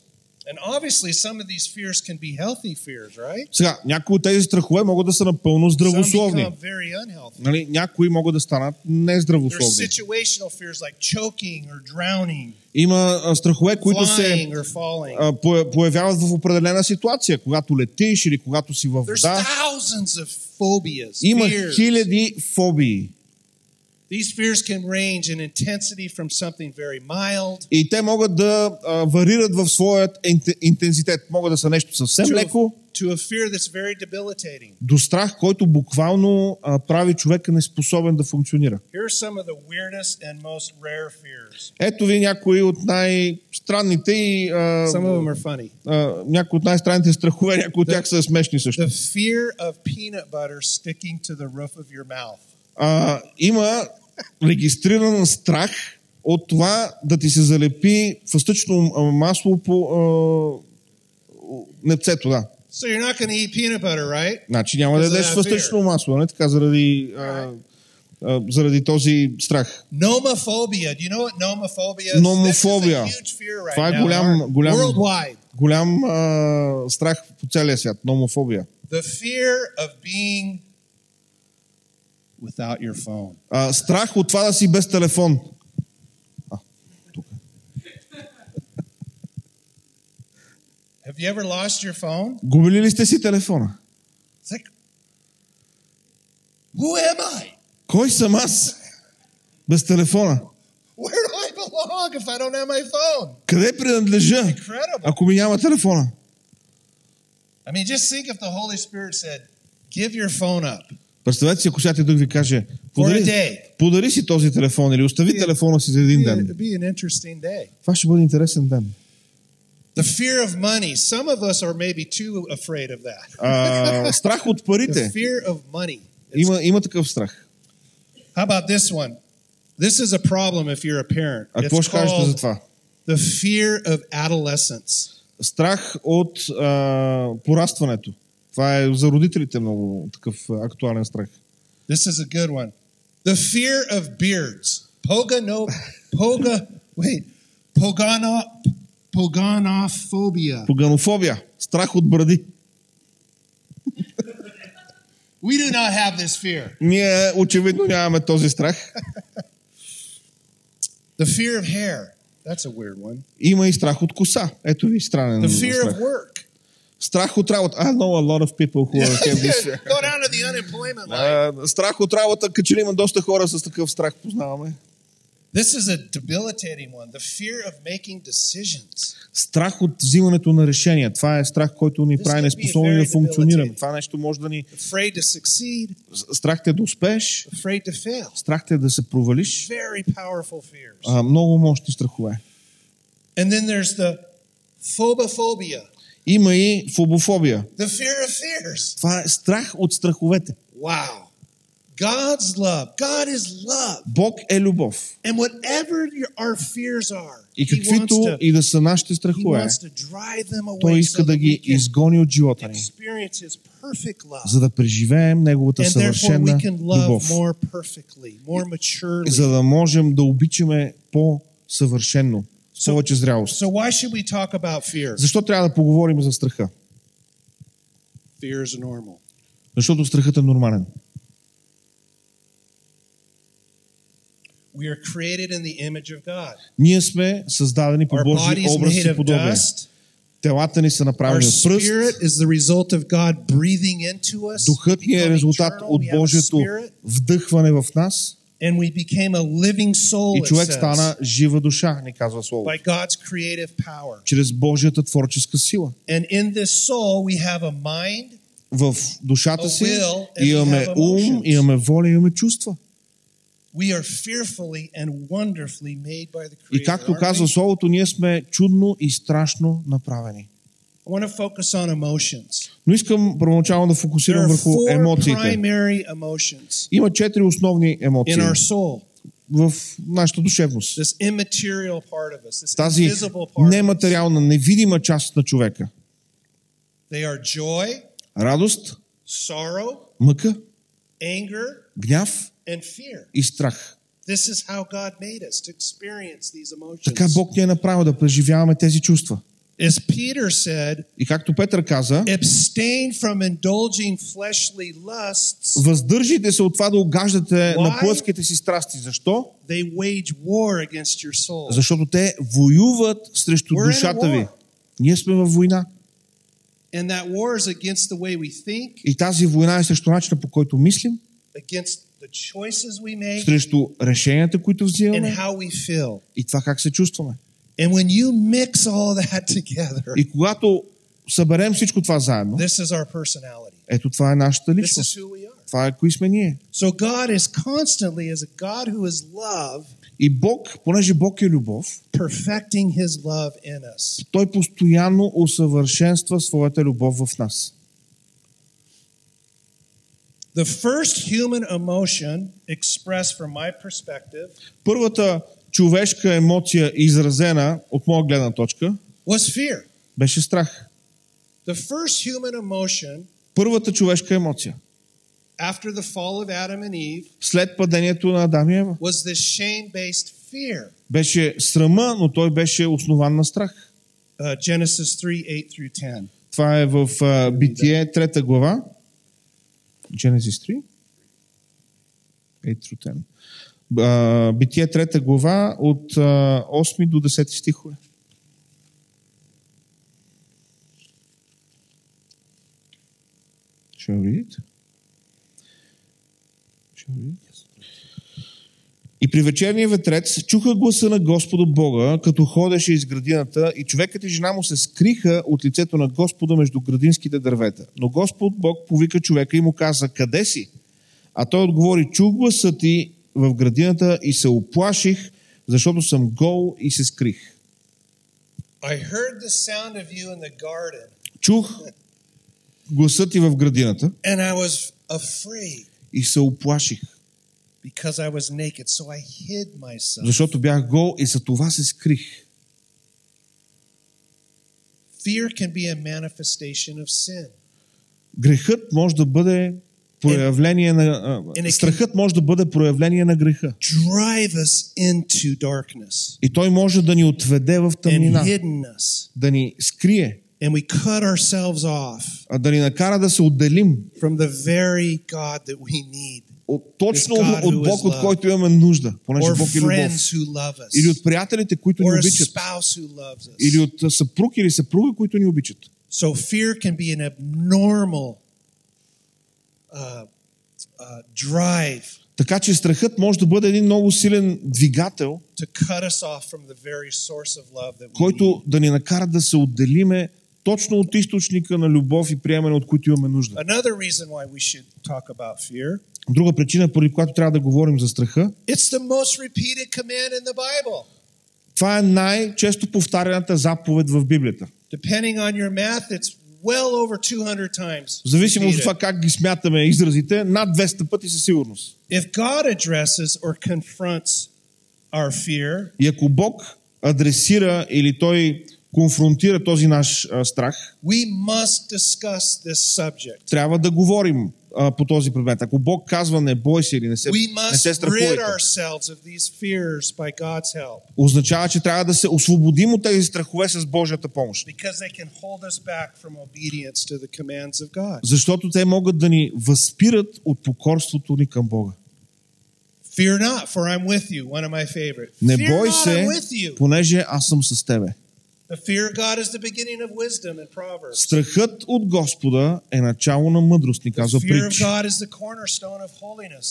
Speaker 4: And obviously, some of these fears can be healthy fears, right?
Speaker 3: Сега, някои от тези страхове могат да са напълно
Speaker 4: Some
Speaker 3: здравословни.
Speaker 4: become very unhealthy.
Speaker 3: Нали, някои могат да станат
Speaker 4: There's
Speaker 3: нездравословни.
Speaker 4: situational fears like choking or drowning,
Speaker 3: Има а, страхове, които се
Speaker 4: flying or falling.
Speaker 3: а, пое- появяват в определена ситуация, когато летиш или когато си във
Speaker 4: There's
Speaker 3: вода.
Speaker 4: thousands of phobias,
Speaker 3: Има
Speaker 4: fears.
Speaker 3: хиляди фобии.
Speaker 4: These fears can range in intensity from something very mild
Speaker 3: И те могат да а, варират в своят инте- интензитет. Могат да са нещо съвсем
Speaker 4: to a,
Speaker 3: леко,
Speaker 4: to a fear that's very debilitating.
Speaker 3: до страх, който буквално а, прави човека неспособен да функционира.
Speaker 4: Here are some of the weirdest and most rare fears.
Speaker 3: Ето ви някои от най-странните и а,
Speaker 4: Some of them are funny.
Speaker 3: а, някои от най-странните страхове, някои от тях са смешни също.
Speaker 4: The fear of peanut butter sticking to the roof of your mouth.
Speaker 3: А, има регистриран страх от това да ти се залепи фастъчно а, масло по а, непцето, да.
Speaker 4: So you're not going to eat peanut butter, right?
Speaker 3: Значи няма да
Speaker 4: Because of
Speaker 3: ядеш
Speaker 4: that
Speaker 3: фастъчно масло, не така, заради, а, а, заради този страх.
Speaker 4: Nomophobia. Do you know what nomophobia is?
Speaker 3: Nomophobia.
Speaker 4: This is a huge fear right
Speaker 3: Това е
Speaker 4: now.
Speaker 3: голям-
Speaker 4: Mark.
Speaker 3: голям-
Speaker 4: Worldwide.
Speaker 3: Голям а, страх по целия свят, номофобия.
Speaker 4: The fear of being without your phone.
Speaker 3: А, страх от това да си без телефон.
Speaker 4: Have you ever lost your phone?
Speaker 3: Губили ли сте си телефона?
Speaker 4: It's like, who am I?
Speaker 3: Кой съм аз без телефона?
Speaker 4: Where do I belong if I don't have my phone?
Speaker 3: Къде принадлежа,
Speaker 4: Incredible.
Speaker 3: ако ми няма телефона?
Speaker 4: I mean, just think if the Holy Spirit said, give your phone up
Speaker 3: Представете си, ако Святия Дух ви каже,
Speaker 4: for a
Speaker 3: подари,
Speaker 4: day.
Speaker 3: подари си този телефон или остави телефона си за един ден.
Speaker 4: It'd be an interesting day.
Speaker 3: Това ще бъде интересен ден.
Speaker 4: The fear of money. Some of us are maybe too afraid of that.
Speaker 3: А, страх от
Speaker 4: The
Speaker 3: парите.
Speaker 4: fear of money.
Speaker 3: Има, има такъв страх.
Speaker 4: How about this one? This is a problem if you're a parent.
Speaker 3: А какво
Speaker 4: It's
Speaker 3: ще кажете за
Speaker 4: called
Speaker 3: това?
Speaker 4: the fear of adolescence.
Speaker 3: Страх от а, порастването. Това е за родителите много такъв а, актуален страх.
Speaker 4: This is a good one. The fear of beards. Poga no poga wait. Pogano poganophobia.
Speaker 3: Поганофобия. Страх от бради.
Speaker 4: We do not have this fear.
Speaker 3: Ние очевидно нямаме този страх.
Speaker 4: The fear of hair. That's a weird one.
Speaker 3: Има и страх от коса. Ето ви странен
Speaker 4: The fear
Speaker 3: страх.
Speaker 4: of work.
Speaker 3: Страх от работа. I know a lot of people who are have this fear.
Speaker 4: Go down to the unemployment line.
Speaker 3: А, страх от работа, като че ли има доста хора с такъв страх, познаваме.
Speaker 4: This is a debilitating one. The fear of making decisions.
Speaker 3: Страх от взимането на решения. Това е страх, който ни
Speaker 4: This
Speaker 3: прави
Speaker 4: can be
Speaker 3: неспособни да
Speaker 4: very
Speaker 3: функционираме.
Speaker 4: debilitating.
Speaker 3: Това нещо може да ни...
Speaker 4: Afraid to succeed.
Speaker 3: Страх те да успееш,
Speaker 4: Afraid to fail.
Speaker 3: страх те да се провалиш.
Speaker 4: Very powerful fears.
Speaker 3: А, много мощни страхове.
Speaker 4: And then there's the phobophobia.
Speaker 3: Има и фобофобия.
Speaker 4: The fear of fears.
Speaker 3: Това е страх от страховете.
Speaker 4: Wow. God's love. God is love.
Speaker 3: Бог е любов.
Speaker 4: And whatever your, our fears are,
Speaker 3: И
Speaker 4: He wants
Speaker 3: каквито
Speaker 4: to,
Speaker 3: и да са нашите
Speaker 4: he
Speaker 3: страхове,
Speaker 4: wants to drive them
Speaker 3: Той
Speaker 4: away so
Speaker 3: иска да
Speaker 4: that we
Speaker 3: ги
Speaker 4: can
Speaker 3: изгони от живота ни,
Speaker 4: experience His perfect love.
Speaker 3: за да преживеем Неговата
Speaker 4: And therefore we
Speaker 3: съвършена
Speaker 4: can love
Speaker 3: любов.
Speaker 4: more perfectly, more maturely.
Speaker 3: за да можем да обичаме по-съвършенно, с повече зрялост.
Speaker 4: So why should we talk about fear?
Speaker 3: Защо трябва да поговорим за страха?
Speaker 4: Fear is normal.
Speaker 3: Защото страхът е нормален.
Speaker 4: We are created in the image of God.
Speaker 3: Ние сме създадени по
Speaker 4: Our body
Speaker 3: Божия
Speaker 4: is
Speaker 3: образ
Speaker 4: made
Speaker 3: и
Speaker 4: of
Speaker 3: подобие.
Speaker 4: dust.
Speaker 3: Телата ни са
Speaker 4: Our
Speaker 3: направени от
Speaker 4: spirit
Speaker 3: пръст.
Speaker 4: is the result of God breathing into us.
Speaker 3: Духът ни е
Speaker 4: becoming
Speaker 3: резултат
Speaker 4: eternal.
Speaker 3: от
Speaker 4: We have a
Speaker 3: Божието
Speaker 4: spirit.
Speaker 3: вдъхване в нас
Speaker 4: and we became a living soul
Speaker 3: и
Speaker 4: it
Speaker 3: човек
Speaker 4: says,
Speaker 3: стана жива душа, ни казва Слово.
Speaker 4: by God's creative power.
Speaker 3: Чрез Божията творческа сила.
Speaker 4: And in this soul, we have a mind
Speaker 3: В душата
Speaker 4: A
Speaker 3: си
Speaker 4: will and we
Speaker 3: имаме
Speaker 4: have
Speaker 3: ум,
Speaker 4: emotions.
Speaker 3: имаме воля, имаме чувства.
Speaker 4: we are fearfully and wonderfully made by the
Speaker 3: И
Speaker 4: Creator.
Speaker 3: както
Speaker 4: aren't
Speaker 3: казва
Speaker 4: we?
Speaker 3: Словото, ние сме чудно и страшно направени.
Speaker 4: I want to focus on emotions.
Speaker 3: Но искам първоначално да
Speaker 4: There
Speaker 3: фокусирам
Speaker 4: are
Speaker 3: върху
Speaker 4: four
Speaker 3: емоциите.
Speaker 4: primary emotions
Speaker 3: Има четири основни емоции
Speaker 4: in our soul.
Speaker 3: в нашата душевност.
Speaker 4: This immaterial part of us, this
Speaker 3: Тази
Speaker 4: invisible part of us.
Speaker 3: нематериална, невидима част на човека.
Speaker 4: They are joy,
Speaker 3: Радост,
Speaker 4: sorrow,
Speaker 3: мъка,
Speaker 4: anger,
Speaker 3: гняв
Speaker 4: and fear.
Speaker 3: и страх.
Speaker 4: This is how God made us to experience these emotions.
Speaker 3: Така Бог ни е направил да преживяваме тези чувства.
Speaker 4: As Peter said,
Speaker 3: И както Петър каза,
Speaker 4: abstain from indulging fleshly lusts.
Speaker 3: въздържите се от това да огаждате на
Speaker 4: Why?
Speaker 3: плътските си страсти. Защо?
Speaker 4: They wage war against your soul.
Speaker 3: Защото те воюват срещу
Speaker 4: We're in a
Speaker 3: душата ви.
Speaker 4: war.
Speaker 3: Ние сме във война.
Speaker 4: And that war is against the way we think,
Speaker 3: И тази война е срещу начина по който мислим,
Speaker 4: against the choices we make,
Speaker 3: срещу решенията, които
Speaker 4: and
Speaker 3: взимаме
Speaker 4: how we feel.
Speaker 3: и това как се чувстваме.
Speaker 4: And when you mix all that together,
Speaker 3: И когато съберем всичко това заедно,
Speaker 4: this is our personality.
Speaker 3: ето това е нашата
Speaker 4: This is
Speaker 3: личност.
Speaker 4: who we are.
Speaker 3: Това е кои сме ние.
Speaker 4: So God is constantly, as a God who is love,
Speaker 3: И Бог, понеже Бог е любов,
Speaker 4: perfecting his love in us.
Speaker 3: Той постоянно усъвършенства своята любов в нас.
Speaker 4: The first human emotion expressed from my perspective
Speaker 3: Първата човешка емоция, изразена от моя гледна точка,
Speaker 4: was fear.
Speaker 3: беше страх.
Speaker 4: The first human emotion
Speaker 3: Първата човешка емоция,
Speaker 4: after the fall of Adam and Eve
Speaker 3: след падението на Адам и Ева,
Speaker 4: was this shame based fear.
Speaker 3: беше срама, но той беше основан на страх.
Speaker 4: Uh, Genesis 3 8 through 10.
Speaker 3: Това е в а, Битие, трета глава. Genesis 3. 8 10. Битие, трета глава, от а, 8 до 10 стихове. Ще го видите? Ще го видите? И при вечерния ветрец чуха гласа на Господа Бога, като ходеше из градината, и човекът и жена му се скриха от лицето на Господа между градинските дървета. Но Господ Бог повика човека и му каза, къде си? А той отговори, чух гласа ти в градината и се оплаших, защото съм гол и се скрих.
Speaker 4: I heard the sound of you in the garden,
Speaker 3: Чух гласа ти в градината
Speaker 4: and I was afraid
Speaker 3: и се оплаших,
Speaker 4: because I was naked, so I hid myself.
Speaker 3: защото бях гол и за това се скрих.
Speaker 4: Fear can be a manifestation of sin.
Speaker 3: Грехът може да бъде проявление на...
Speaker 4: Е,
Speaker 3: а, Страхът може да бъде проявление на греха.
Speaker 4: Drive us into darkness
Speaker 3: И той може да ни отведе в
Speaker 4: and
Speaker 3: тъмнина,
Speaker 4: hidden us.
Speaker 3: да ни скрие,
Speaker 4: And we cut ourselves off
Speaker 3: а да ни накара да се отделим
Speaker 4: from the very God that we need,
Speaker 3: от, точно
Speaker 4: It's God
Speaker 3: от
Speaker 4: who
Speaker 3: Бог,
Speaker 4: is
Speaker 3: от
Speaker 4: love.
Speaker 3: който имаме нужда, понеже
Speaker 4: or
Speaker 3: Бог е любов.
Speaker 4: friends who love us,
Speaker 3: Или от приятелите, които ни
Speaker 4: or a
Speaker 3: обичат.
Speaker 4: spouse who loves us.
Speaker 3: Или от съпруг или съпруга, които ни обичат.
Speaker 4: So fear can be an abnormal uh, uh, drive
Speaker 3: Така че страхът може да бъде един много силен двигател,
Speaker 4: to cut us off from the very source of love that we need.
Speaker 3: който да ни накара да се отделиме точно от източника на любов и приемане, от които имаме нужда.
Speaker 4: Another reason why we should talk about fear.
Speaker 3: Друга причина, поради която трябва да говорим за страха,
Speaker 4: It's the most repeated command in the Bible.
Speaker 3: това е най-често повтаряната заповед в Библията.
Speaker 4: Depending on your math, it's well over 200 times.
Speaker 3: В зависимост от
Speaker 4: repeated.
Speaker 3: това как ги смятаме изразите, над 200 пъти със сигурност.
Speaker 4: If God addresses or confronts our fear,
Speaker 3: И ако Бог адресира или Той конфронтира този наш а, страх,
Speaker 4: we must discuss this subject.
Speaker 3: трябва да говорим а, по този предмет. Ако Бог казва не бой се или не се,
Speaker 4: We
Speaker 3: не
Speaker 4: must
Speaker 3: се страхувайте,
Speaker 4: rid ourselves of these fears by God's help
Speaker 3: означава, че трябва да се освободим от тези страхове с Божията помощ.
Speaker 4: because they can hold us back from obedience to the commands of God.
Speaker 3: Защото те могат да ни възпират от покорството ни към Бога.
Speaker 4: Fear not, for I'm with you. One of my favorite.
Speaker 3: Не
Speaker 4: Fear
Speaker 3: бой
Speaker 4: not, I'm
Speaker 3: се,
Speaker 4: with you.
Speaker 3: понеже аз съм с тебе.
Speaker 4: The fear of God is the beginning of wisdom in Proverbs.
Speaker 3: Страхът от Господа е начало на мъдрост, ни казва
Speaker 4: Fear of
Speaker 3: притч.
Speaker 4: God is the cornerstone of holiness.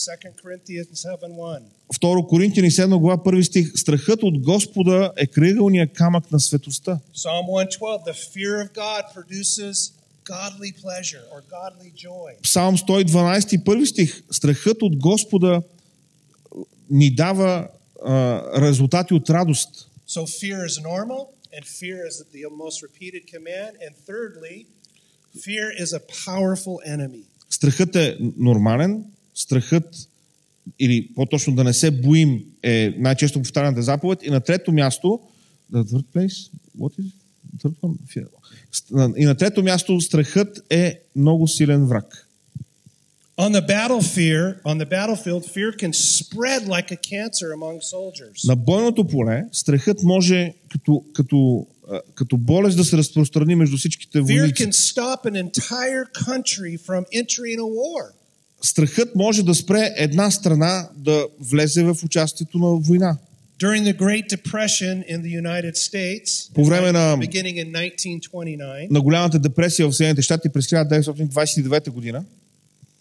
Speaker 4: 2 Corinthians 7 1.
Speaker 3: 2 Коринтияни 7 глава 1 стих. Страхът от Господа е кръгълния камък на светостта.
Speaker 4: Psalm 112. The fear of God produces godly pleasure or godly joy.
Speaker 3: Псалм 112 1 стих. Страхът от Господа ни дава а, резултати от радост.
Speaker 4: So fear is normal, and fear is the most repeated command. And thirdly, fear is a powerful enemy.
Speaker 3: Страхът е нормален, страхът или по-точно да не се боим е най-често повтаряната заповед. И на трето място, the third place, what is it? Third one? Fear. Ст- и на трето място страхът е много силен враг.
Speaker 4: On the battle fear, on the battlefield, fear can spread like a cancer among soldiers.
Speaker 3: На бойното поле страхът може като, като а, като болест да се разпространи между всичките
Speaker 4: Fear
Speaker 3: войници.
Speaker 4: can stop an entire country from entering a war.
Speaker 3: Страхът може да спре една страна да влезе в участието на война.
Speaker 4: During the Great Depression in the United States,
Speaker 3: По време на,
Speaker 4: beginning in 1929,
Speaker 3: на голямата депресия в Съединените щати през 1929 година,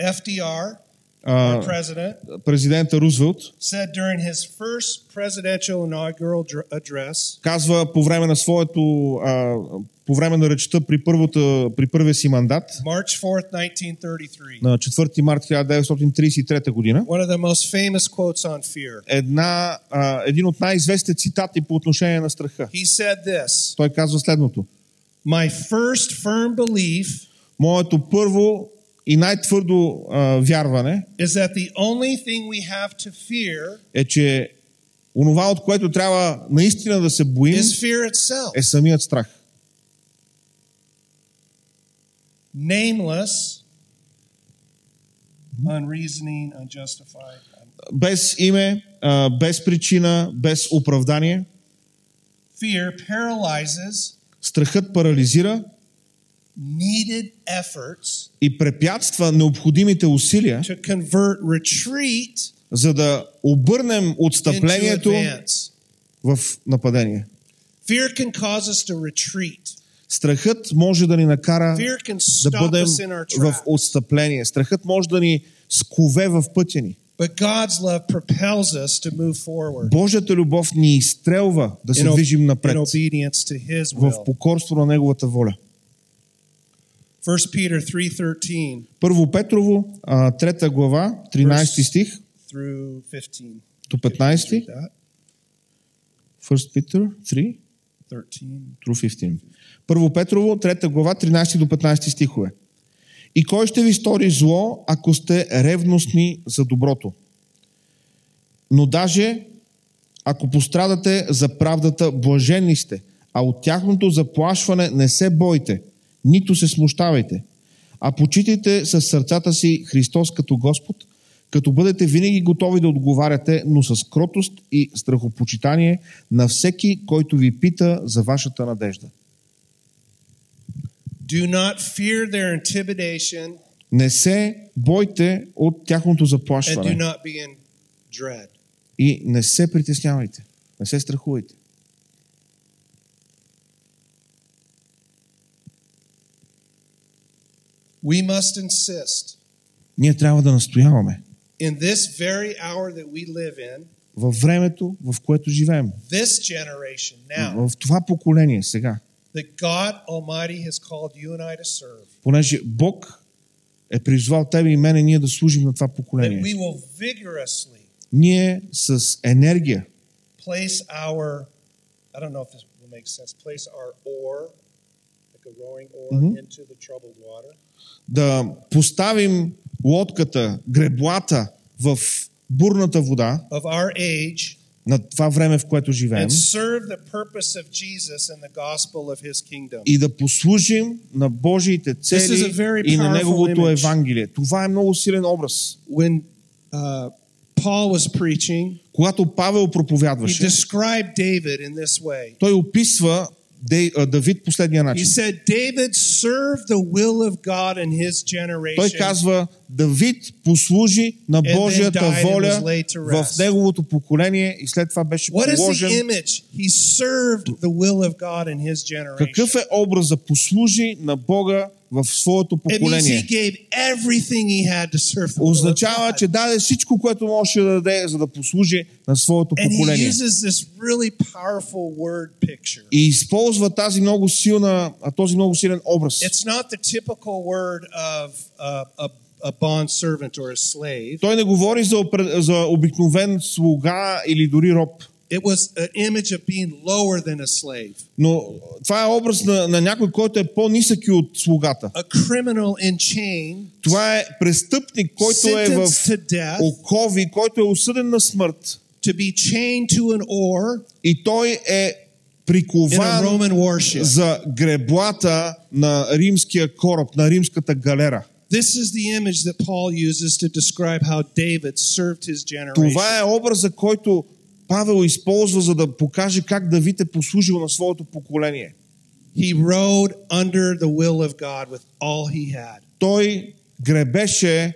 Speaker 4: FDR,
Speaker 3: а,
Speaker 4: our president,
Speaker 3: президента Рузвелт
Speaker 4: said during his first presidential inaugural dr- address,
Speaker 3: казва по време на своето, а, по време на речта при, първата, при първия си мандат
Speaker 4: March 4th, 1933,
Speaker 3: на 4 март 1933 година,
Speaker 4: one of the most famous quotes on fear.
Speaker 3: една, а, един от най-известните цитати по отношение на страха.
Speaker 4: He said this
Speaker 3: Той казва следното.
Speaker 4: My first firm belief
Speaker 3: Моето първо и най-твърдо а, вярване
Speaker 4: is that the only thing we have to fear
Speaker 3: е, че онова, от което трябва наистина да се боим,
Speaker 4: is fear itself.
Speaker 3: е самият страх.
Speaker 4: Nameless, unreasoning, unjustified.
Speaker 3: Без име, а, без причина, без оправдание.
Speaker 4: Fear paralyzes
Speaker 3: Страхът парализира
Speaker 4: needed efforts
Speaker 3: и препятства необходимите усилия,
Speaker 4: to convert retreat
Speaker 3: за да обърнем
Speaker 4: into
Speaker 3: отстъплението
Speaker 4: advance.
Speaker 3: в нападение.
Speaker 4: Fear can cause us to retreat.
Speaker 3: Страхът може да ни накара
Speaker 4: Fear can
Speaker 3: да
Speaker 4: stop
Speaker 3: бъдем
Speaker 4: us in our
Speaker 3: в
Speaker 4: tracks.
Speaker 3: отстъпление. Страхът може да ни скове в пътя ни.
Speaker 4: But God's love propels us to move forward
Speaker 3: Божията любов ни изстрелва да се
Speaker 4: in, ob-
Speaker 3: движим
Speaker 4: in
Speaker 3: напред
Speaker 4: obedience to His
Speaker 3: в
Speaker 4: will.
Speaker 3: покорство на Неговата воля.
Speaker 4: 1 Peter 3.13
Speaker 3: Първо Петрово, 3 глава, 13 стих
Speaker 4: through 15.
Speaker 3: до
Speaker 4: Read
Speaker 3: 15.
Speaker 4: that.
Speaker 3: 1 Питер 3,
Speaker 4: 13.
Speaker 3: through 15. Първо Петрово, 3 глава, 13 до 15 стихове. И кой ще ви стори зло, ако сте ревностни за доброто? Но даже ако пострадате за правдата, блажени сте, а от тяхното заплашване не се бойте, нито се смущавайте, а почитайте със сърцата си Христос като Господ, като бъдете винаги готови да отговаряте, но с кротост и страхопочитание на всеки, който ви пита за вашата надежда.
Speaker 4: Do not fear their intimidation
Speaker 3: Не се бойте от тяхното
Speaker 4: and do
Speaker 3: заплашване
Speaker 4: not be in dread.
Speaker 3: и не се притеснявайте, не се страхувайте.
Speaker 4: We must insist
Speaker 3: Ние трябва да настояваме
Speaker 4: in this very hour that we live in,
Speaker 3: във времето, в което живеем,
Speaker 4: this generation now,
Speaker 3: в това поколение сега,
Speaker 4: that God Almighty has called you and I to serve.
Speaker 3: понеже Бог е призвал тебе и мене ние да служим на това
Speaker 4: that
Speaker 3: поколение.
Speaker 4: we will vigorously
Speaker 3: Ние с енергия
Speaker 4: place our, I don't know if this will make sense, place our oar, like a rowing oar,
Speaker 3: Mhm.
Speaker 4: into the troubled water.
Speaker 3: да поставим лодката, греблата в бурната вода
Speaker 4: Of our age
Speaker 3: на това време, в което живеем
Speaker 4: and serve the purpose of Jesus and the gospel of his kingdom.
Speaker 3: и да послужим на Божиите
Speaker 4: is a
Speaker 3: цели
Speaker 4: very
Speaker 3: и на
Speaker 4: powerful
Speaker 3: Неговото
Speaker 4: image.
Speaker 3: Евангелие. Това е много силен образ.
Speaker 4: When uh, Paul was preaching,
Speaker 3: Когато Павел
Speaker 4: he
Speaker 3: проповядваше,
Speaker 4: described David in this way.
Speaker 3: той описва Дей- а, Давид последния
Speaker 4: He
Speaker 3: начин.
Speaker 4: said, David served the will of God in his
Speaker 3: Той
Speaker 4: generation.
Speaker 3: казва, Давид послужи на
Speaker 4: then
Speaker 3: Божията
Speaker 4: died and
Speaker 3: воля
Speaker 4: was laid to
Speaker 3: в
Speaker 4: rest.
Speaker 3: неговото поколение и след това беше
Speaker 4: What is the
Speaker 3: положен.
Speaker 4: image? He served the will of God in his generation.
Speaker 3: Какъв е образа? Послужи на Бога в своето
Speaker 4: It means he
Speaker 3: поколение.
Speaker 4: gave everything he had to serve the will of
Speaker 3: Означава,
Speaker 4: God.
Speaker 3: че даде всичко, което можеше да даде, за да послужи на своето
Speaker 4: And he
Speaker 3: поколение.
Speaker 4: uses this really powerful word picture.
Speaker 3: И използва тази много силна, а, този много силен образ.
Speaker 4: It's not the typical word of uh, a, a bond servant or a slave.
Speaker 3: Той не говори за, опре- за обикновен слуга или дори роб.
Speaker 4: It was an image of being lower than a slave,
Speaker 3: Но това е образ на, на някой, който е по-нисък и от слугата.
Speaker 4: a criminal in chain,
Speaker 3: Това е престъпник, който е в
Speaker 4: sentenced to death,
Speaker 3: окови, който е осъден на смърт.
Speaker 4: to be chained to an oar
Speaker 3: И той е
Speaker 4: in a
Speaker 3: прикован
Speaker 4: Roman warship.
Speaker 3: за греблата на римския кораб, на римската галера.
Speaker 4: This is the image that Paul uses to describe how David served his generation.
Speaker 3: Това е образа, който Павел използва, за да покаже как Давид е послужил на своето поколение.
Speaker 4: He rode under the will of God with all he had.
Speaker 3: Той гребеше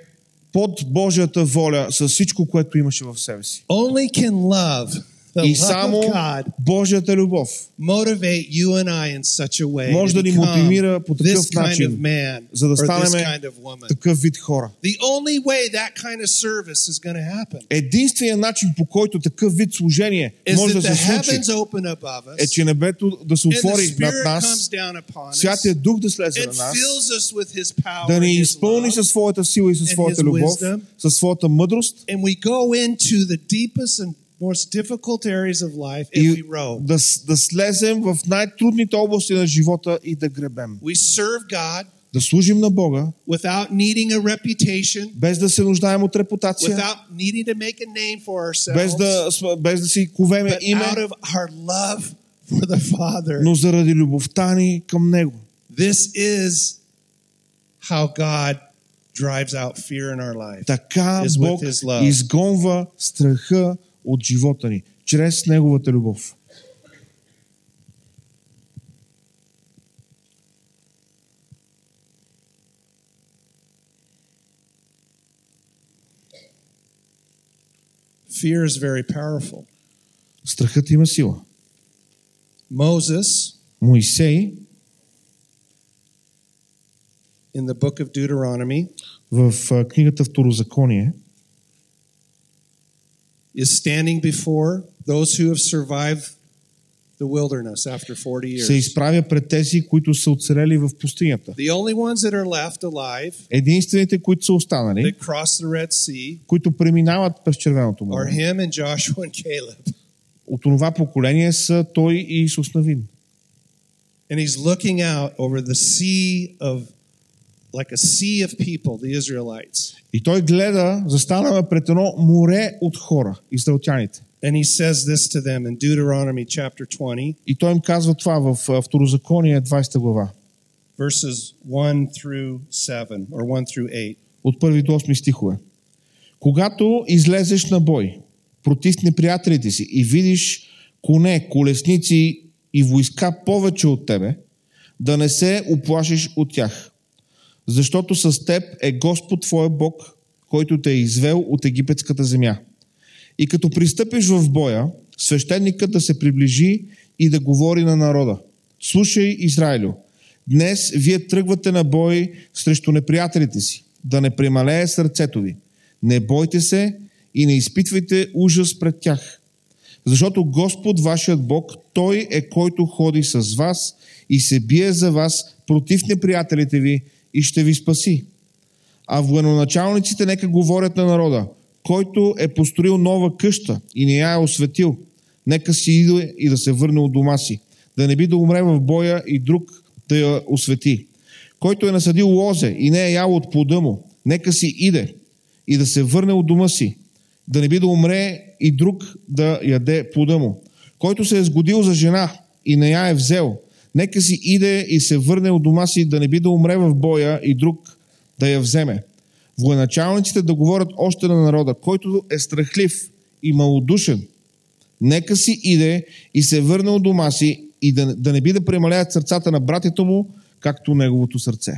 Speaker 3: под Божията воля с всичко, което имаше в себе си.
Speaker 4: Only can love, the
Speaker 3: И
Speaker 4: love
Speaker 3: само
Speaker 4: of God,
Speaker 3: Божията любов,
Speaker 4: motivate you and I in such a way
Speaker 3: Може
Speaker 4: to
Speaker 3: да ни
Speaker 4: become
Speaker 3: мотивира по
Speaker 4: this
Speaker 3: такъв
Speaker 4: kind of
Speaker 3: начин,
Speaker 4: man
Speaker 3: за да
Speaker 4: or this
Speaker 3: станеме
Speaker 4: kind of woman.
Speaker 3: такъв вид хора.
Speaker 4: The only way that kind of service is going to happen
Speaker 3: Единственият начин, по който такъв вид служение
Speaker 4: is
Speaker 3: може
Speaker 4: that
Speaker 3: да
Speaker 4: the
Speaker 3: се случи,
Speaker 4: heavens open above us
Speaker 3: е, че небето да се
Speaker 4: and the
Speaker 3: отвори над
Speaker 4: Spirit comes
Speaker 3: нас,
Speaker 4: down upon us.
Speaker 3: Святия Дух да слезе
Speaker 4: It
Speaker 3: на нас,
Speaker 4: fills us with His power
Speaker 3: да
Speaker 4: and
Speaker 3: ни
Speaker 4: His
Speaker 3: изпълни
Speaker 4: love,
Speaker 3: със своята сила и със
Speaker 4: and
Speaker 3: своята
Speaker 4: His
Speaker 3: любов,
Speaker 4: wisdom.
Speaker 3: със своята мъдрост
Speaker 4: and we go into the deepest and most difficult areas of life, and we
Speaker 3: и
Speaker 4: row.
Speaker 3: да, с- да слезем в най-трудните области на живота и да гребем.
Speaker 4: We serve God
Speaker 3: Да служим на Бога,
Speaker 4: without needing a reputation,
Speaker 3: без да се нуждаем от репутация,
Speaker 4: without needing to make a name for
Speaker 3: без
Speaker 4: ourselves,
Speaker 3: да, сме- без да си ковеме
Speaker 4: but
Speaker 3: име,
Speaker 4: out of our love for the Father.
Speaker 3: но заради любовта ни към Него.
Speaker 4: This is how God drives out fear in our life.
Speaker 3: Така
Speaker 4: Is with
Speaker 3: Бог
Speaker 4: His love.
Speaker 3: изгонва страха от живота ни, чрез Неговата любов.
Speaker 4: Fear is very powerful.
Speaker 3: Страхът има сила.
Speaker 4: Moses
Speaker 3: Моисей
Speaker 4: in the book of Deuteronomy
Speaker 3: в а, книгата Второзаконие
Speaker 4: is standing before those who have survived the wilderness after 40
Speaker 3: се
Speaker 4: years.
Speaker 3: изправя пред тези, които са оцелели в пустинята.
Speaker 4: The only ones that are left alive
Speaker 3: Единствените, които са останали,
Speaker 4: that crossed the Red Sea
Speaker 3: които преминават през Червеното
Speaker 4: are
Speaker 3: море,
Speaker 4: him and Joshua and Caleb.
Speaker 3: от това поколение са той и Исус Навин.
Speaker 4: And he's looking out over the sea of, like a sea of people, the Israelites.
Speaker 3: И той гледа, застанаме пред едно море от хора, израелтяните.
Speaker 4: And he says this to them in Deuteronomy chapter 20,
Speaker 3: И той им казва това в а, Второзаконие 20 глава,
Speaker 4: verses 1 through 7 or 1 through 8.
Speaker 3: от първи до 8 стихове. Когато излезеш на бой против неприятелите си и видиш коне, колесници и войска повече от тебе, да не се оплашиш от тях. Защото с теб е Господ твоя Бог, който те е извел от египетската земя. И като пристъпиш в боя, свещеникът да се приближи и да говори на народа. Слушай, Израилю, днес вие тръгвате на бой срещу неприятелите си, да не премалее сърцето ви. Не бойте се и не изпитвайте ужас пред тях. Защото Господ, вашият Бог, Той е който ходи с вас и се бие за вас против неприятелите ви и ще ви спаси. А военачалниците нека говорят на народа, който е построил нова къща и не я е осветил, нека си иде и да се върне от дома си, да не би да умре в боя и друг да я освети. Който е насадил лозе и не е ял от плода му, нека си иде и да се върне от дома си, да не би да умре и друг да яде плода му. Който се е сгодил за жена и не я е взел, нека си иде и се върне от дома си, да не би да умре в боя и друг да я вземе. Военачалниците да говорят още на народа, който е страхлив и малодушен. Нека си иде и се върне от дома си и да, да не би да премаляват сърцата на братята му, както неговото сърце.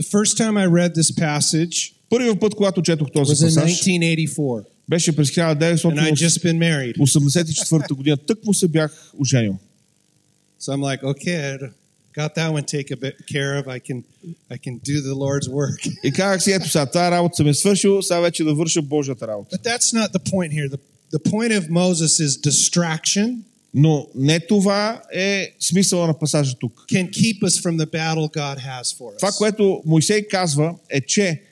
Speaker 4: The first time I read this passage
Speaker 3: Първият път, когато четох този
Speaker 4: was in
Speaker 3: пасаж,
Speaker 4: 1984,
Speaker 3: беше през
Speaker 4: and I'd
Speaker 3: 1984
Speaker 4: just been married.
Speaker 3: 84 година. Тък му се бях оженил.
Speaker 4: So I'm like, okay, I got that one taken bit care of. I can, I can do the Lord's work.
Speaker 3: И казах си, ето сега, тази работа съм е свършил, сега вече да върша Божията работа.
Speaker 4: But that's not the point here. The, the point of Moses is distraction
Speaker 3: Но не това е смисъла на пасажа тук.
Speaker 4: can keep us from the battle God has for
Speaker 3: Това,
Speaker 4: us.
Speaker 3: което Моисей казва, е, че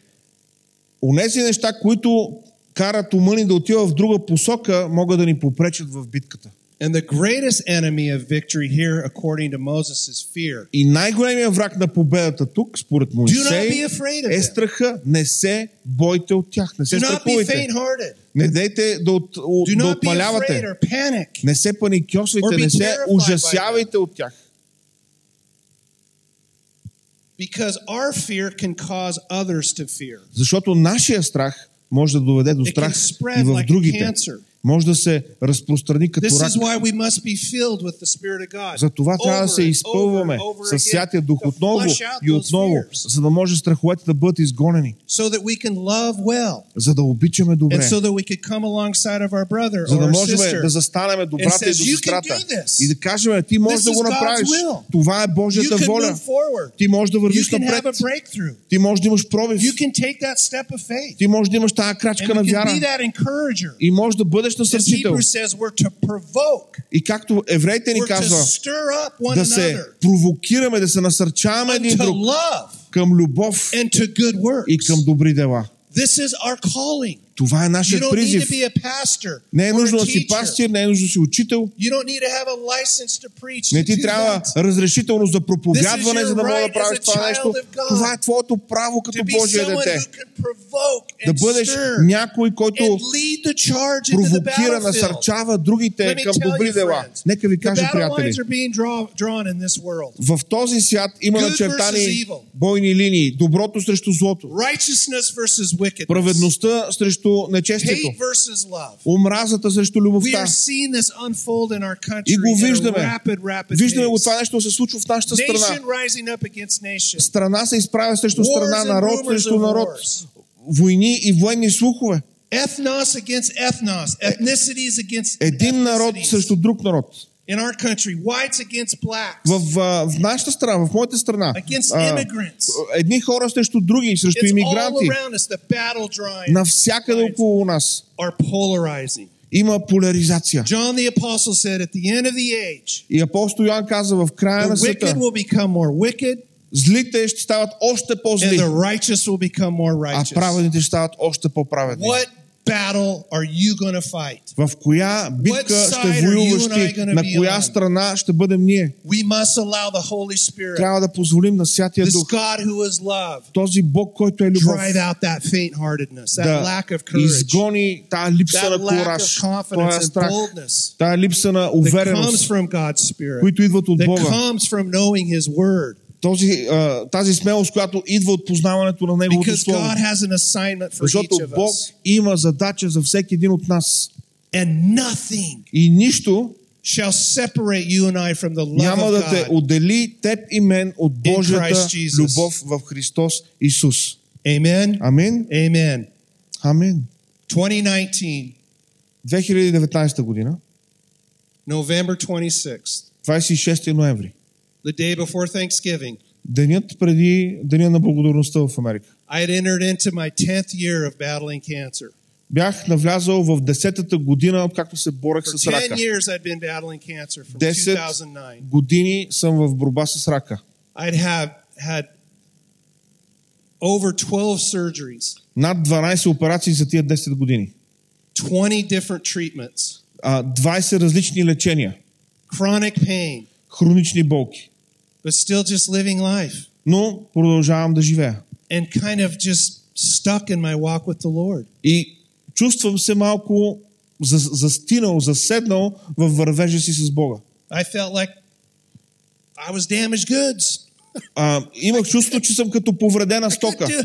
Speaker 3: онези неща, които карат ума ни да отива в друга посока, могат да ни попречат в битката.
Speaker 4: And the greatest enemy of victory here, according to Moses, is fear.
Speaker 3: И най-големият враг на победата тук, според
Speaker 4: Do not be
Speaker 3: Моисей,
Speaker 4: afraid of
Speaker 3: е
Speaker 4: them.
Speaker 3: страха. Не се бойте от тях. Не се
Speaker 4: Do not be
Speaker 3: страхувайте.
Speaker 4: faint-hearted.
Speaker 3: Не дейте да, от, от,
Speaker 4: Do
Speaker 3: да
Speaker 4: not be afraid
Speaker 3: отпалявате.
Speaker 4: or panic.
Speaker 3: Не се
Speaker 4: Or
Speaker 3: паникьосвайте,
Speaker 4: be
Speaker 3: не се
Speaker 4: terrified by
Speaker 3: ужасявайте от тях.
Speaker 4: Because our fear can cause others to fear.
Speaker 3: Защото нашия страх може да доведе до
Speaker 4: It can
Speaker 3: страх и
Speaker 4: spread
Speaker 3: в
Speaker 4: like
Speaker 3: другите.
Speaker 4: cancer.
Speaker 3: може да се разпространи като
Speaker 4: This
Speaker 3: рак.
Speaker 4: is why we must be filled with the Spirit of God.
Speaker 3: За това трябва да се
Speaker 4: and
Speaker 3: изпълваме
Speaker 4: and
Speaker 3: с
Speaker 4: again,
Speaker 3: святия дух
Speaker 4: to
Speaker 3: отново
Speaker 4: flush out
Speaker 3: и
Speaker 4: those
Speaker 3: отново,
Speaker 4: fears,
Speaker 3: за да може страховете да бъдат изгонени,
Speaker 4: so that we can love well,
Speaker 3: за да обичаме
Speaker 4: and
Speaker 3: добре,
Speaker 4: so that we could come alongside of our brother
Speaker 3: за
Speaker 4: or
Speaker 3: да
Speaker 4: our
Speaker 3: можем
Speaker 4: sister.
Speaker 3: да застанеме до
Speaker 4: and
Speaker 3: брата и
Speaker 4: says,
Speaker 3: до
Speaker 4: "You can
Speaker 3: сестрата
Speaker 4: do this.
Speaker 3: и да кажем, "Е, ти можеш
Speaker 4: This
Speaker 3: да го
Speaker 4: is God's
Speaker 3: направиш.
Speaker 4: will.
Speaker 3: Това е Божията
Speaker 4: you can
Speaker 3: воля.
Speaker 4: move forward.
Speaker 3: Ти можеш да
Speaker 4: You
Speaker 3: вървиш
Speaker 4: can have a
Speaker 3: напред.
Speaker 4: breakthrough.
Speaker 3: Ти можеш да имаш пробив.
Speaker 4: You can take that step of faith.
Speaker 3: Ти можеш да имаш тази крачка на
Speaker 4: And you can be
Speaker 3: вяра.
Speaker 4: that encourager.
Speaker 3: И можеш да бъдеш
Speaker 4: As
Speaker 3: насърчител.
Speaker 4: Hebrews says, we're to provoke.
Speaker 3: И както евреите ни
Speaker 4: We're to
Speaker 3: казва,
Speaker 4: stir up one
Speaker 3: да се
Speaker 4: another
Speaker 3: провокираме, да се насърчаваме един
Speaker 4: unto
Speaker 3: друг
Speaker 4: love
Speaker 3: към любов
Speaker 4: and to good works.
Speaker 3: и към добри дела.
Speaker 4: This is our calling.
Speaker 3: Това е
Speaker 4: You
Speaker 3: нашия
Speaker 4: don't need
Speaker 3: призив.
Speaker 4: to be a pastor
Speaker 3: Не е
Speaker 4: or
Speaker 3: нужно
Speaker 4: a
Speaker 3: да си
Speaker 4: teacher.
Speaker 3: пастир, не е нужно да си учител.
Speaker 4: You don't need to have a license to preach.
Speaker 3: Не
Speaker 4: to
Speaker 3: ти
Speaker 4: do
Speaker 3: трябва
Speaker 4: that.
Speaker 3: разрешително за проповядване,
Speaker 4: This is your
Speaker 3: за да мога да
Speaker 4: right
Speaker 3: правиш
Speaker 4: as a
Speaker 3: това
Speaker 4: child
Speaker 3: нещо.
Speaker 4: of God.
Speaker 3: Това е твоето право като
Speaker 4: to be
Speaker 3: Божие
Speaker 4: someone
Speaker 3: дете.
Speaker 4: who can provoke
Speaker 3: Да
Speaker 4: and
Speaker 3: бъдеш
Speaker 4: stir
Speaker 3: някой, който
Speaker 4: and lead the charge into the
Speaker 3: провокира,
Speaker 4: battlefield.
Speaker 3: насърчава другите
Speaker 4: Let me
Speaker 3: към
Speaker 4: tell
Speaker 3: добри
Speaker 4: you,
Speaker 3: дела.
Speaker 4: friends,
Speaker 3: Нека ви
Speaker 4: The
Speaker 3: кажа,
Speaker 4: battle
Speaker 3: приятели,
Speaker 4: lines are being draw, drawn in this world.
Speaker 3: в този свят има
Speaker 4: Good
Speaker 3: начертани
Speaker 4: versus evil.
Speaker 3: бойни линии. Доброто срещу злото.
Speaker 4: Righteousness versus wickedness.
Speaker 3: Праведността срещу нечестието.
Speaker 4: Hate versus love.
Speaker 3: Омразата срещу
Speaker 4: We
Speaker 3: любовта.
Speaker 4: are seeing this unfold in our country
Speaker 3: И го
Speaker 4: at a
Speaker 3: виждаме.
Speaker 4: rapid, rapid
Speaker 3: Виждаме го
Speaker 4: pace.
Speaker 3: това нещо се случва в нашата страна.
Speaker 4: Nation rising up against nation.
Speaker 3: Страна се изправя срещу страна,
Speaker 4: Wars and
Speaker 3: народ
Speaker 4: rumors
Speaker 3: срещу
Speaker 4: of
Speaker 3: народ.
Speaker 4: wars.
Speaker 3: Войни и военни слухове.
Speaker 4: Ethnos against ethnos. Ethnicities against
Speaker 3: Един народ
Speaker 4: ethnicities.
Speaker 3: срещу друг народ.
Speaker 4: In our country, whites against blacks.
Speaker 3: В, а, в нашата страна, в моята страна.
Speaker 4: Against
Speaker 3: а,
Speaker 4: immigrants.
Speaker 3: едни хора срещу други, срещу
Speaker 4: It's all
Speaker 3: иммигранти.
Speaker 4: around us. The battle drawing
Speaker 3: Навсякъде около нас
Speaker 4: are polarizing.
Speaker 3: има поляризация.
Speaker 4: John the Apostle said, At the end of the age,
Speaker 3: И апостол Йоан каза в края на
Speaker 4: the wicked
Speaker 3: света,
Speaker 4: will become more wicked,
Speaker 3: злите ще стават още
Speaker 4: and
Speaker 3: по-зли,
Speaker 4: the righteous will become more
Speaker 3: а
Speaker 4: righteous.
Speaker 3: праведните ще стават още по-праведни.
Speaker 4: What battle are you going to fight?
Speaker 3: В коя битка
Speaker 4: What side
Speaker 3: ще
Speaker 4: are you
Speaker 3: воюваш
Speaker 4: and I
Speaker 3: ти?
Speaker 4: gonna
Speaker 3: На
Speaker 4: be
Speaker 3: коя
Speaker 4: on?
Speaker 3: страна ще бъдем ние?
Speaker 4: We must allow the Holy Spirit,
Speaker 3: Трябва да позволим на Святия
Speaker 4: this
Speaker 3: Дух,
Speaker 4: God who is love,
Speaker 3: този Бог, който е любов,
Speaker 4: drive out that faint heartedness, that
Speaker 3: да
Speaker 4: lack of courage,
Speaker 3: изгони тази липса
Speaker 4: that
Speaker 3: на
Speaker 4: lack of
Speaker 3: кураж, този
Speaker 4: confidence and
Speaker 3: страх,
Speaker 4: boldness
Speaker 3: тази липса на
Speaker 4: that comes
Speaker 3: увереност,
Speaker 4: from God's Spirit,
Speaker 3: които идват от
Speaker 4: that
Speaker 3: Бога,
Speaker 4: comes from knowing His Word.
Speaker 3: този, а, тази смелост, която идва от познаването на Неговото
Speaker 4: Because
Speaker 3: Слово.
Speaker 4: God has an assignment for
Speaker 3: Защото
Speaker 4: each of
Speaker 3: Бог
Speaker 4: us.
Speaker 3: има задача за всеки един от нас.
Speaker 4: And nothing
Speaker 3: И нищо
Speaker 4: shall separate you and I from the love
Speaker 3: няма
Speaker 4: of
Speaker 3: да те
Speaker 4: God.
Speaker 3: отдели теб и мен от
Speaker 4: In
Speaker 3: Божията
Speaker 4: Christ Jesus.
Speaker 3: любов в Христос Исус.
Speaker 4: Amen.
Speaker 3: Амин.
Speaker 4: Amen.
Speaker 3: Амин.
Speaker 4: 2019,
Speaker 3: 2019 година,
Speaker 4: November 26th,
Speaker 3: 26 ноември,
Speaker 4: the day before Thanksgiving,
Speaker 3: денят преди Деня на благодарността в Америка,
Speaker 4: I had entered into my 10th year of battling cancer.
Speaker 3: бях навлязал в 10-та година, откакто се борех
Speaker 4: For
Speaker 3: с
Speaker 4: 10
Speaker 3: рака.
Speaker 4: years, I'd been battling cancer from
Speaker 3: 10
Speaker 4: 2009.
Speaker 3: Години съм в борба с рака.
Speaker 4: I'd have had over 12 surgeries,
Speaker 3: Над 12 операции за тия 10 години.
Speaker 4: 20 different treatments,
Speaker 3: А, 20 различни лечения,
Speaker 4: chronic pain,
Speaker 3: хронични болки.
Speaker 4: but still just living life
Speaker 3: Но продължавам да живея.
Speaker 4: and kind of just stuck in my walk with the Lord.
Speaker 3: И чувствам се малко за- застинал, заседнал във вървежа си с Бога.
Speaker 4: I felt like I was damaged goods.
Speaker 3: А, имах чувство, че съм като повредена
Speaker 4: I couldn't
Speaker 3: стока.
Speaker 4: do,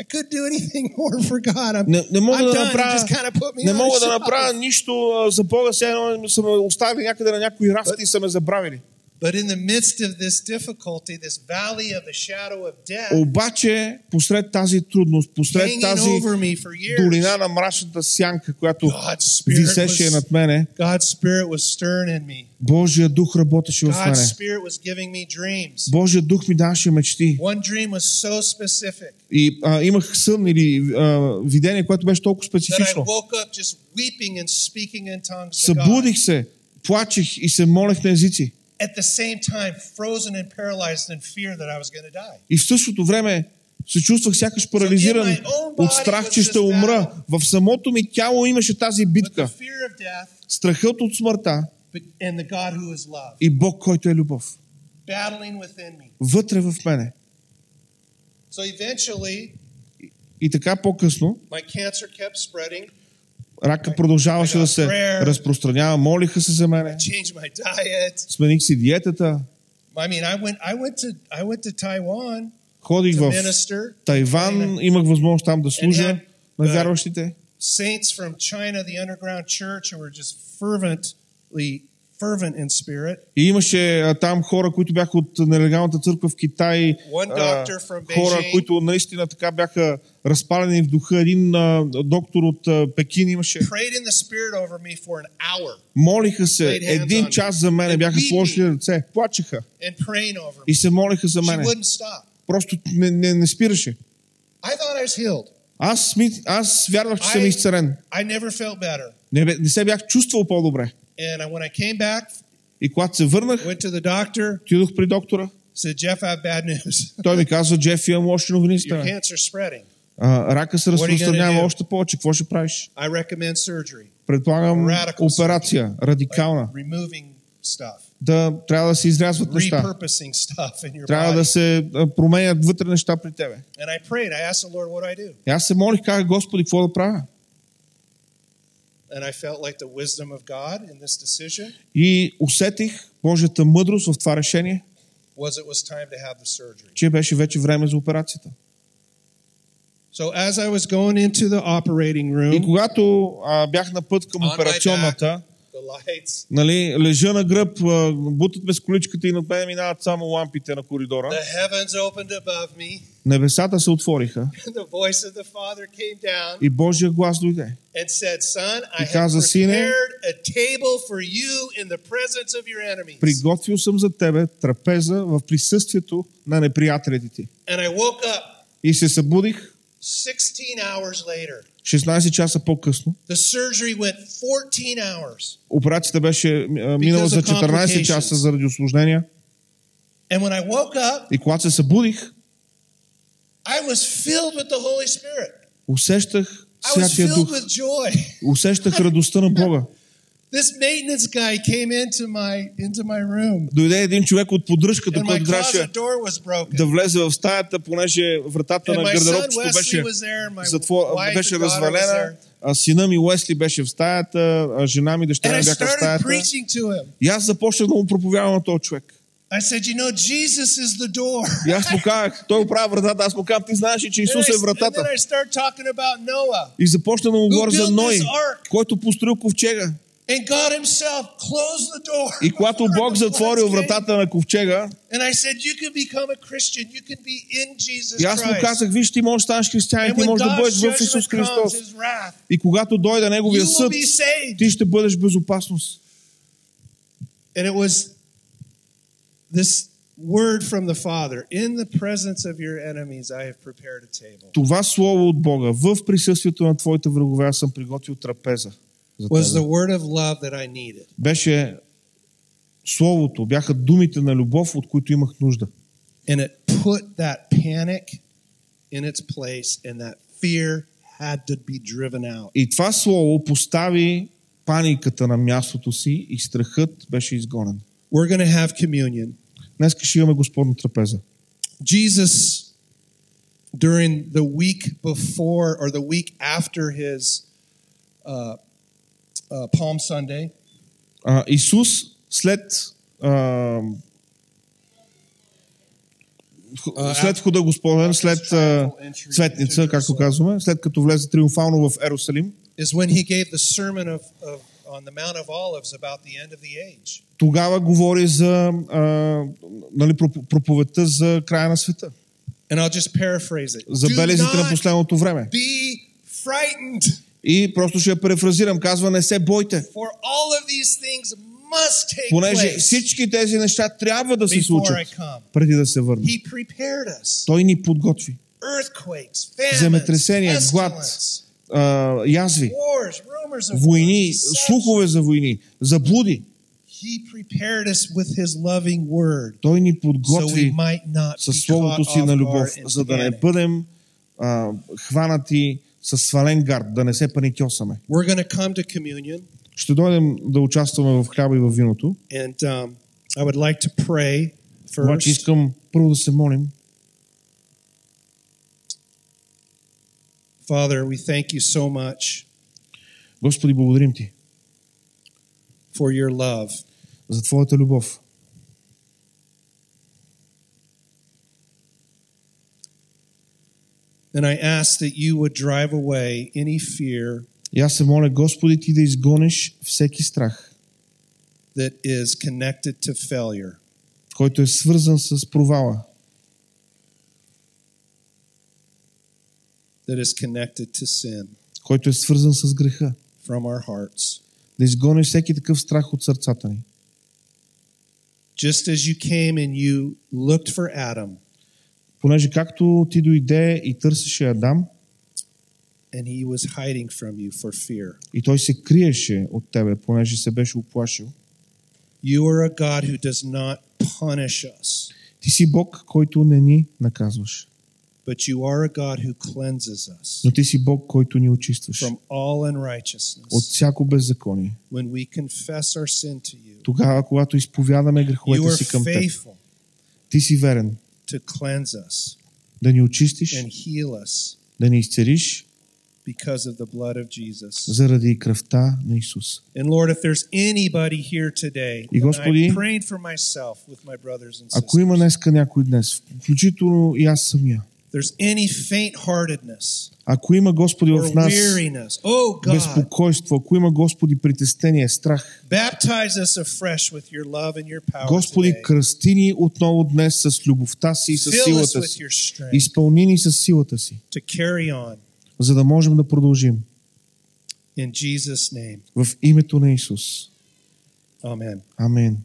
Speaker 4: I couldn't do anything more for God. I'm,
Speaker 3: Не, не мога
Speaker 4: I'm
Speaker 3: да
Speaker 4: done. He
Speaker 3: направя,
Speaker 4: just kind of put me
Speaker 3: не
Speaker 4: on
Speaker 3: мога
Speaker 4: the
Speaker 3: да
Speaker 4: shelf.
Speaker 3: направя нищо а, за Бога, сега едно са ме оставили някъде на някои рафти и са ме забравили.
Speaker 4: But in the midst of this difficulty, this valley of the shadow of death,
Speaker 3: Обаче, посред тази трудност, посред
Speaker 4: hanging
Speaker 3: тази
Speaker 4: over me for years,
Speaker 3: долина на мрачната сянка, която
Speaker 4: God's spirit
Speaker 3: висеше
Speaker 4: was,
Speaker 3: над мене,
Speaker 4: God's spirit was stirring in me.
Speaker 3: Божия дух работеше в
Speaker 4: God's
Speaker 3: мене.
Speaker 4: spirit was giving me dreams.
Speaker 3: Божия дух ми даваше мечти.
Speaker 4: One dream was so specific
Speaker 3: И а, имах сън или а, видение, което беше толкова
Speaker 4: that I
Speaker 3: специфично.
Speaker 4: woke up just weeping and speaking in tongues to God.
Speaker 3: Събудих се, плачех и се молех на езици.
Speaker 4: At the same time, frozen and paralyzed in fear that I was going to die.
Speaker 3: И в същото време се чувствах сякаш парализиран от страх, че ще умра. В самото ми тяло имаше тази
Speaker 4: With the
Speaker 3: битка.
Speaker 4: fear of death
Speaker 3: Страхът от смъртта
Speaker 4: but- and the God who is love
Speaker 3: и Бог, който е любов.
Speaker 4: battling within me.
Speaker 3: Вътре в мене.
Speaker 4: So eventually,
Speaker 3: И така по-късно
Speaker 4: my cancer kept spreading.
Speaker 3: рака продължаваше да се разпространява. Молиха се за
Speaker 4: I
Speaker 3: мене.
Speaker 4: changed my diet.
Speaker 3: Смених си диетата.
Speaker 4: I mean, I went, I went to, I went to Taiwan
Speaker 3: Ходих
Speaker 4: to
Speaker 3: в
Speaker 4: minister.
Speaker 3: Тайван. Имах възможност там да служа на вярващите.
Speaker 4: saints from China, the underground church, who were just fervently fervent in spirit.
Speaker 3: И имаше а, там хора, които бяха от нелегалната църква в Китай,
Speaker 4: One
Speaker 3: а,
Speaker 4: doctor from
Speaker 3: хора,
Speaker 4: Beijing.
Speaker 3: които наистина така бяха разпалени в духа. Един а, доктор от а, Пекин имаше.
Speaker 4: Prayed in the spirit over me for an hour
Speaker 3: Молиха се
Speaker 4: Laid hands on
Speaker 3: един
Speaker 4: me.
Speaker 3: час за мене,
Speaker 4: And
Speaker 3: бяха
Speaker 4: beat me.
Speaker 3: сложили ръце, плачеха
Speaker 4: and praying over me.
Speaker 3: и се молиха за
Speaker 4: She
Speaker 3: мене.
Speaker 4: wouldn't stop.
Speaker 3: Просто не, не, не спираше.
Speaker 4: I thought I was healed.
Speaker 3: Аз, сми- аз вярвах, че съм
Speaker 4: I-
Speaker 3: изцерен.
Speaker 4: I never felt better.
Speaker 3: Не, бе- не се бях чувствал по-добре.
Speaker 4: And I- when I came back,
Speaker 3: И когато се върнах,
Speaker 4: went to the doctor,
Speaker 3: отидох при доктора.
Speaker 4: said, Jeff, I have bad news.
Speaker 3: Той ми казва, Джеф, имам лоши новини с
Speaker 4: Your
Speaker 3: теб.
Speaker 4: cancer's spreading.
Speaker 3: А, рака се
Speaker 4: What are you
Speaker 3: разпространява
Speaker 4: gonna do?
Speaker 3: още повече. Какво ще правиш?
Speaker 4: I recommend surgery,
Speaker 3: Предлагам
Speaker 4: Radical
Speaker 3: операция,
Speaker 4: like
Speaker 3: радикална.
Speaker 4: removing stuff,
Speaker 3: Да, трябва да се изрязват неща.
Speaker 4: repurposing stuff in your
Speaker 3: Трябва
Speaker 4: body.
Speaker 3: да се а, променят вътре неща при тебе.
Speaker 4: And I prayed. I asked the Lord, what do I do?
Speaker 3: И аз се молих, казах, Господи, какво да правя?
Speaker 4: And I felt like the wisdom of God in this decision
Speaker 3: И усетих Божията мъдрост в това решение,
Speaker 4: was it was time to have the surgery.
Speaker 3: че беше вече време за операцията.
Speaker 4: So as I was going into the operating
Speaker 3: И
Speaker 4: room,
Speaker 3: когато а, бях на път към
Speaker 4: On my
Speaker 3: операционната,
Speaker 4: the lights,
Speaker 3: нали, лежа на гръб, а, бутат ме с количката и над мен минават само лампите на коридора.
Speaker 4: the heavens opened above me,
Speaker 3: Небесата се отвориха
Speaker 4: and the voice of the Father came down
Speaker 3: и Божия глас дойде.
Speaker 4: and said, Son, I
Speaker 3: И
Speaker 4: have
Speaker 3: каза, "Сине,
Speaker 4: prepared a table for you in the presence of your enemies.
Speaker 3: Приготвил съм за тебе трапеза в присъствието на неприятелите ти.
Speaker 4: And I woke up
Speaker 3: И се събудих
Speaker 4: 16 hours later.
Speaker 3: 16 часа по-късно.
Speaker 4: The surgery went 14 hours.
Speaker 3: Операцията беше а, минала
Speaker 4: Because
Speaker 3: за
Speaker 4: of
Speaker 3: 14
Speaker 4: complications.
Speaker 3: часа заради осложнения.
Speaker 4: And when I woke up,
Speaker 3: И когато се събудих,
Speaker 4: I was filled with the Holy Spirit.
Speaker 3: усещах
Speaker 4: I was
Speaker 3: Святия
Speaker 4: filled
Speaker 3: Дух.
Speaker 4: with joy.
Speaker 3: Усещах радостта на Бога.
Speaker 4: This maintenance guy came into my into my room,
Speaker 3: Дойде един човек от поддръжката,
Speaker 4: and my
Speaker 3: който трябваше
Speaker 4: closet door was broken.
Speaker 3: да влезе в стаята, понеже вратата
Speaker 4: And
Speaker 3: на
Speaker 4: my son
Speaker 3: гардеробчето
Speaker 4: Wesley
Speaker 3: беше,
Speaker 4: was there, and my
Speaker 3: затвор...
Speaker 4: wife
Speaker 3: беше
Speaker 4: and daughter was
Speaker 3: развалена.
Speaker 4: there.
Speaker 3: А сина ми Уесли беше в стаята, а жена ми,
Speaker 4: And
Speaker 3: дъщеря
Speaker 4: I
Speaker 3: ми бяха в
Speaker 4: started
Speaker 3: стаята.
Speaker 4: preaching to him.
Speaker 3: И аз започнах да му проповядвам на този човек.
Speaker 4: I said, "You know, Jesus is the door."
Speaker 3: И аз му казах, той оправя вратата, аз му казах, ти знаеш ли, че
Speaker 4: And
Speaker 3: Исус
Speaker 4: I-
Speaker 3: е
Speaker 4: and then
Speaker 3: вратата.
Speaker 4: I start talking about Noah
Speaker 3: И започна да му говоря
Speaker 4: built
Speaker 3: за
Speaker 4: this
Speaker 3: Ной,
Speaker 4: ark?
Speaker 3: който построил ковчега.
Speaker 4: and God Himself closed the door.
Speaker 3: И когато
Speaker 4: before
Speaker 3: Бог
Speaker 4: the
Speaker 3: затворил
Speaker 4: floods came.
Speaker 3: вратата на ковчега,
Speaker 4: And I said, You can become a Christian. You can be in Jesus
Speaker 3: и аз му
Speaker 4: Christ.
Speaker 3: казах, виж, ти можеш да станеш християнин,
Speaker 4: And
Speaker 3: ти
Speaker 4: when
Speaker 3: можеш да
Speaker 4: God's
Speaker 3: бъдеш в Исус
Speaker 4: judgment
Speaker 3: Христос.
Speaker 4: comes, His wrath,
Speaker 3: И когато дойде
Speaker 4: you
Speaker 3: Неговия
Speaker 4: will
Speaker 3: съд,
Speaker 4: be saved.
Speaker 3: ти ще бъдеш в безопасност.
Speaker 4: And it was this word from the Father In the presence of your enemies, I have prepared a table.
Speaker 3: Това слово от Бога, в присъствието на твоите врагове, аз съм приготвил трапеза за
Speaker 4: Was the
Speaker 3: тебе.
Speaker 4: word of love that I needed.
Speaker 3: Беше словото, бяха думите на любов, от които имах нужда.
Speaker 4: And it put that panic in its place, and that fear had to be driven out.
Speaker 3: И това слово постави паниката на мястото си и страхът беше изгонен.
Speaker 4: We're going to have communion.
Speaker 3: Днес ще имаме Господна трапеза.
Speaker 4: Jesus, during the week before or the week after his uh, uh, Palm Sunday,
Speaker 3: А, Исус след а, ху-
Speaker 4: А,
Speaker 3: след хода Господен, след а, цветница, както казваме, след като влезе триумфално в Ерусалим,
Speaker 4: is when he gave the Sermon of, of, on the Mount of Olives about the end of the age.
Speaker 3: тогава говори за а, нали, проп- проповедта за края на света,
Speaker 4: And I'll just paraphrase it.
Speaker 3: за белезите на
Speaker 4: Do not
Speaker 3: последното време.
Speaker 4: be frightened,
Speaker 3: И просто ще я префразирам, казва не се бойте,
Speaker 4: for all of these things must take
Speaker 3: понеже
Speaker 4: place
Speaker 3: всички тези неща трябва да се
Speaker 4: before I
Speaker 3: случат
Speaker 4: come.
Speaker 3: преди да се върне.
Speaker 4: He prepared us.
Speaker 3: Той ни подготви.
Speaker 4: Earthquakes, famines,
Speaker 3: Земетресения, глад,
Speaker 4: pestilence.
Speaker 3: А, язви,
Speaker 4: wars, rumors of
Speaker 3: войни,
Speaker 4: wars, deception.
Speaker 3: слухове за войни, заблуди.
Speaker 4: He prepared us with his loving word
Speaker 3: Той ни
Speaker 4: so we
Speaker 3: подготви
Speaker 4: might not
Speaker 3: със
Speaker 4: be caught
Speaker 3: Словото си
Speaker 4: off
Speaker 3: на любов,
Speaker 4: guard and
Speaker 3: за да не
Speaker 4: panic.
Speaker 3: бъдем а, хванати с свален гард, да не се паникьосаме.
Speaker 4: We're going to come to communion,
Speaker 3: Ще дойдем да участваме в хляба и в виното.
Speaker 4: and um, I would like to pray
Speaker 3: Обаче
Speaker 4: first.
Speaker 3: искам първо да се молим.
Speaker 4: Father, we thank you so much
Speaker 3: Господи, благодарим Ти
Speaker 4: for your love.
Speaker 3: за Твоята любов.
Speaker 4: And I ask that you would drive away any fear
Speaker 3: И аз се моля, Господи, ти да изгониш всеки страх,
Speaker 4: that is connected to failure.
Speaker 3: който е свързан с провала,
Speaker 4: that is connected to sin
Speaker 3: който е свързан с греха.
Speaker 4: from our hearts.
Speaker 3: Да изгониш всеки такъв страх от сърцата ни.
Speaker 4: Just as you came and you looked for Adam
Speaker 3: Понеже както ти дойде и търсеше Адам,
Speaker 4: and he was hiding from you for fear,
Speaker 3: и той се криеше от тебе, понеже се беше оплашил,
Speaker 4: you are a God who does not punish us,
Speaker 3: ти си Бог, който не ни наказваш.
Speaker 4: but you are a God who cleanses us
Speaker 3: Но ти си Бог, който ни очистваш
Speaker 4: from all
Speaker 3: от
Speaker 4: unrighteousness.
Speaker 3: всяко беззаконие.
Speaker 4: When we confess our sin to you,
Speaker 3: Тогава, когато изповядаме
Speaker 4: you
Speaker 3: греховете
Speaker 4: are
Speaker 3: си към теб,
Speaker 4: faithful
Speaker 3: ти си верен
Speaker 4: to cleanse us
Speaker 3: да ни очистиш,
Speaker 4: and heal us
Speaker 3: да ни изцериш
Speaker 4: because of the blood of Jesus.
Speaker 3: заради кръвта на Исус.
Speaker 4: And Lord, if there's anybody here today,
Speaker 3: И
Speaker 4: and
Speaker 3: Господи,
Speaker 4: I prayed for myself with my brothers and
Speaker 3: Ако има
Speaker 4: sisters.
Speaker 3: днеска някой днес, включително и аз самия,
Speaker 4: there's any faint-heartedness
Speaker 3: ако има Господи
Speaker 4: or
Speaker 3: в нас
Speaker 4: weariness, oh God,
Speaker 3: безпокойство, ако има Господи притеснение, страх,
Speaker 4: baptize us afresh with your love and your power
Speaker 3: Господи,
Speaker 4: today.
Speaker 3: кръсти ни отново днес с любовта си и с
Speaker 4: Fill us
Speaker 3: силата
Speaker 4: with
Speaker 3: си.
Speaker 4: your strength
Speaker 3: Изпълни ни с силата си,
Speaker 4: to carry on
Speaker 3: за да можем да продължим.
Speaker 4: in Jesus' name.
Speaker 3: В името на Исус.
Speaker 4: Amen.
Speaker 3: Амин.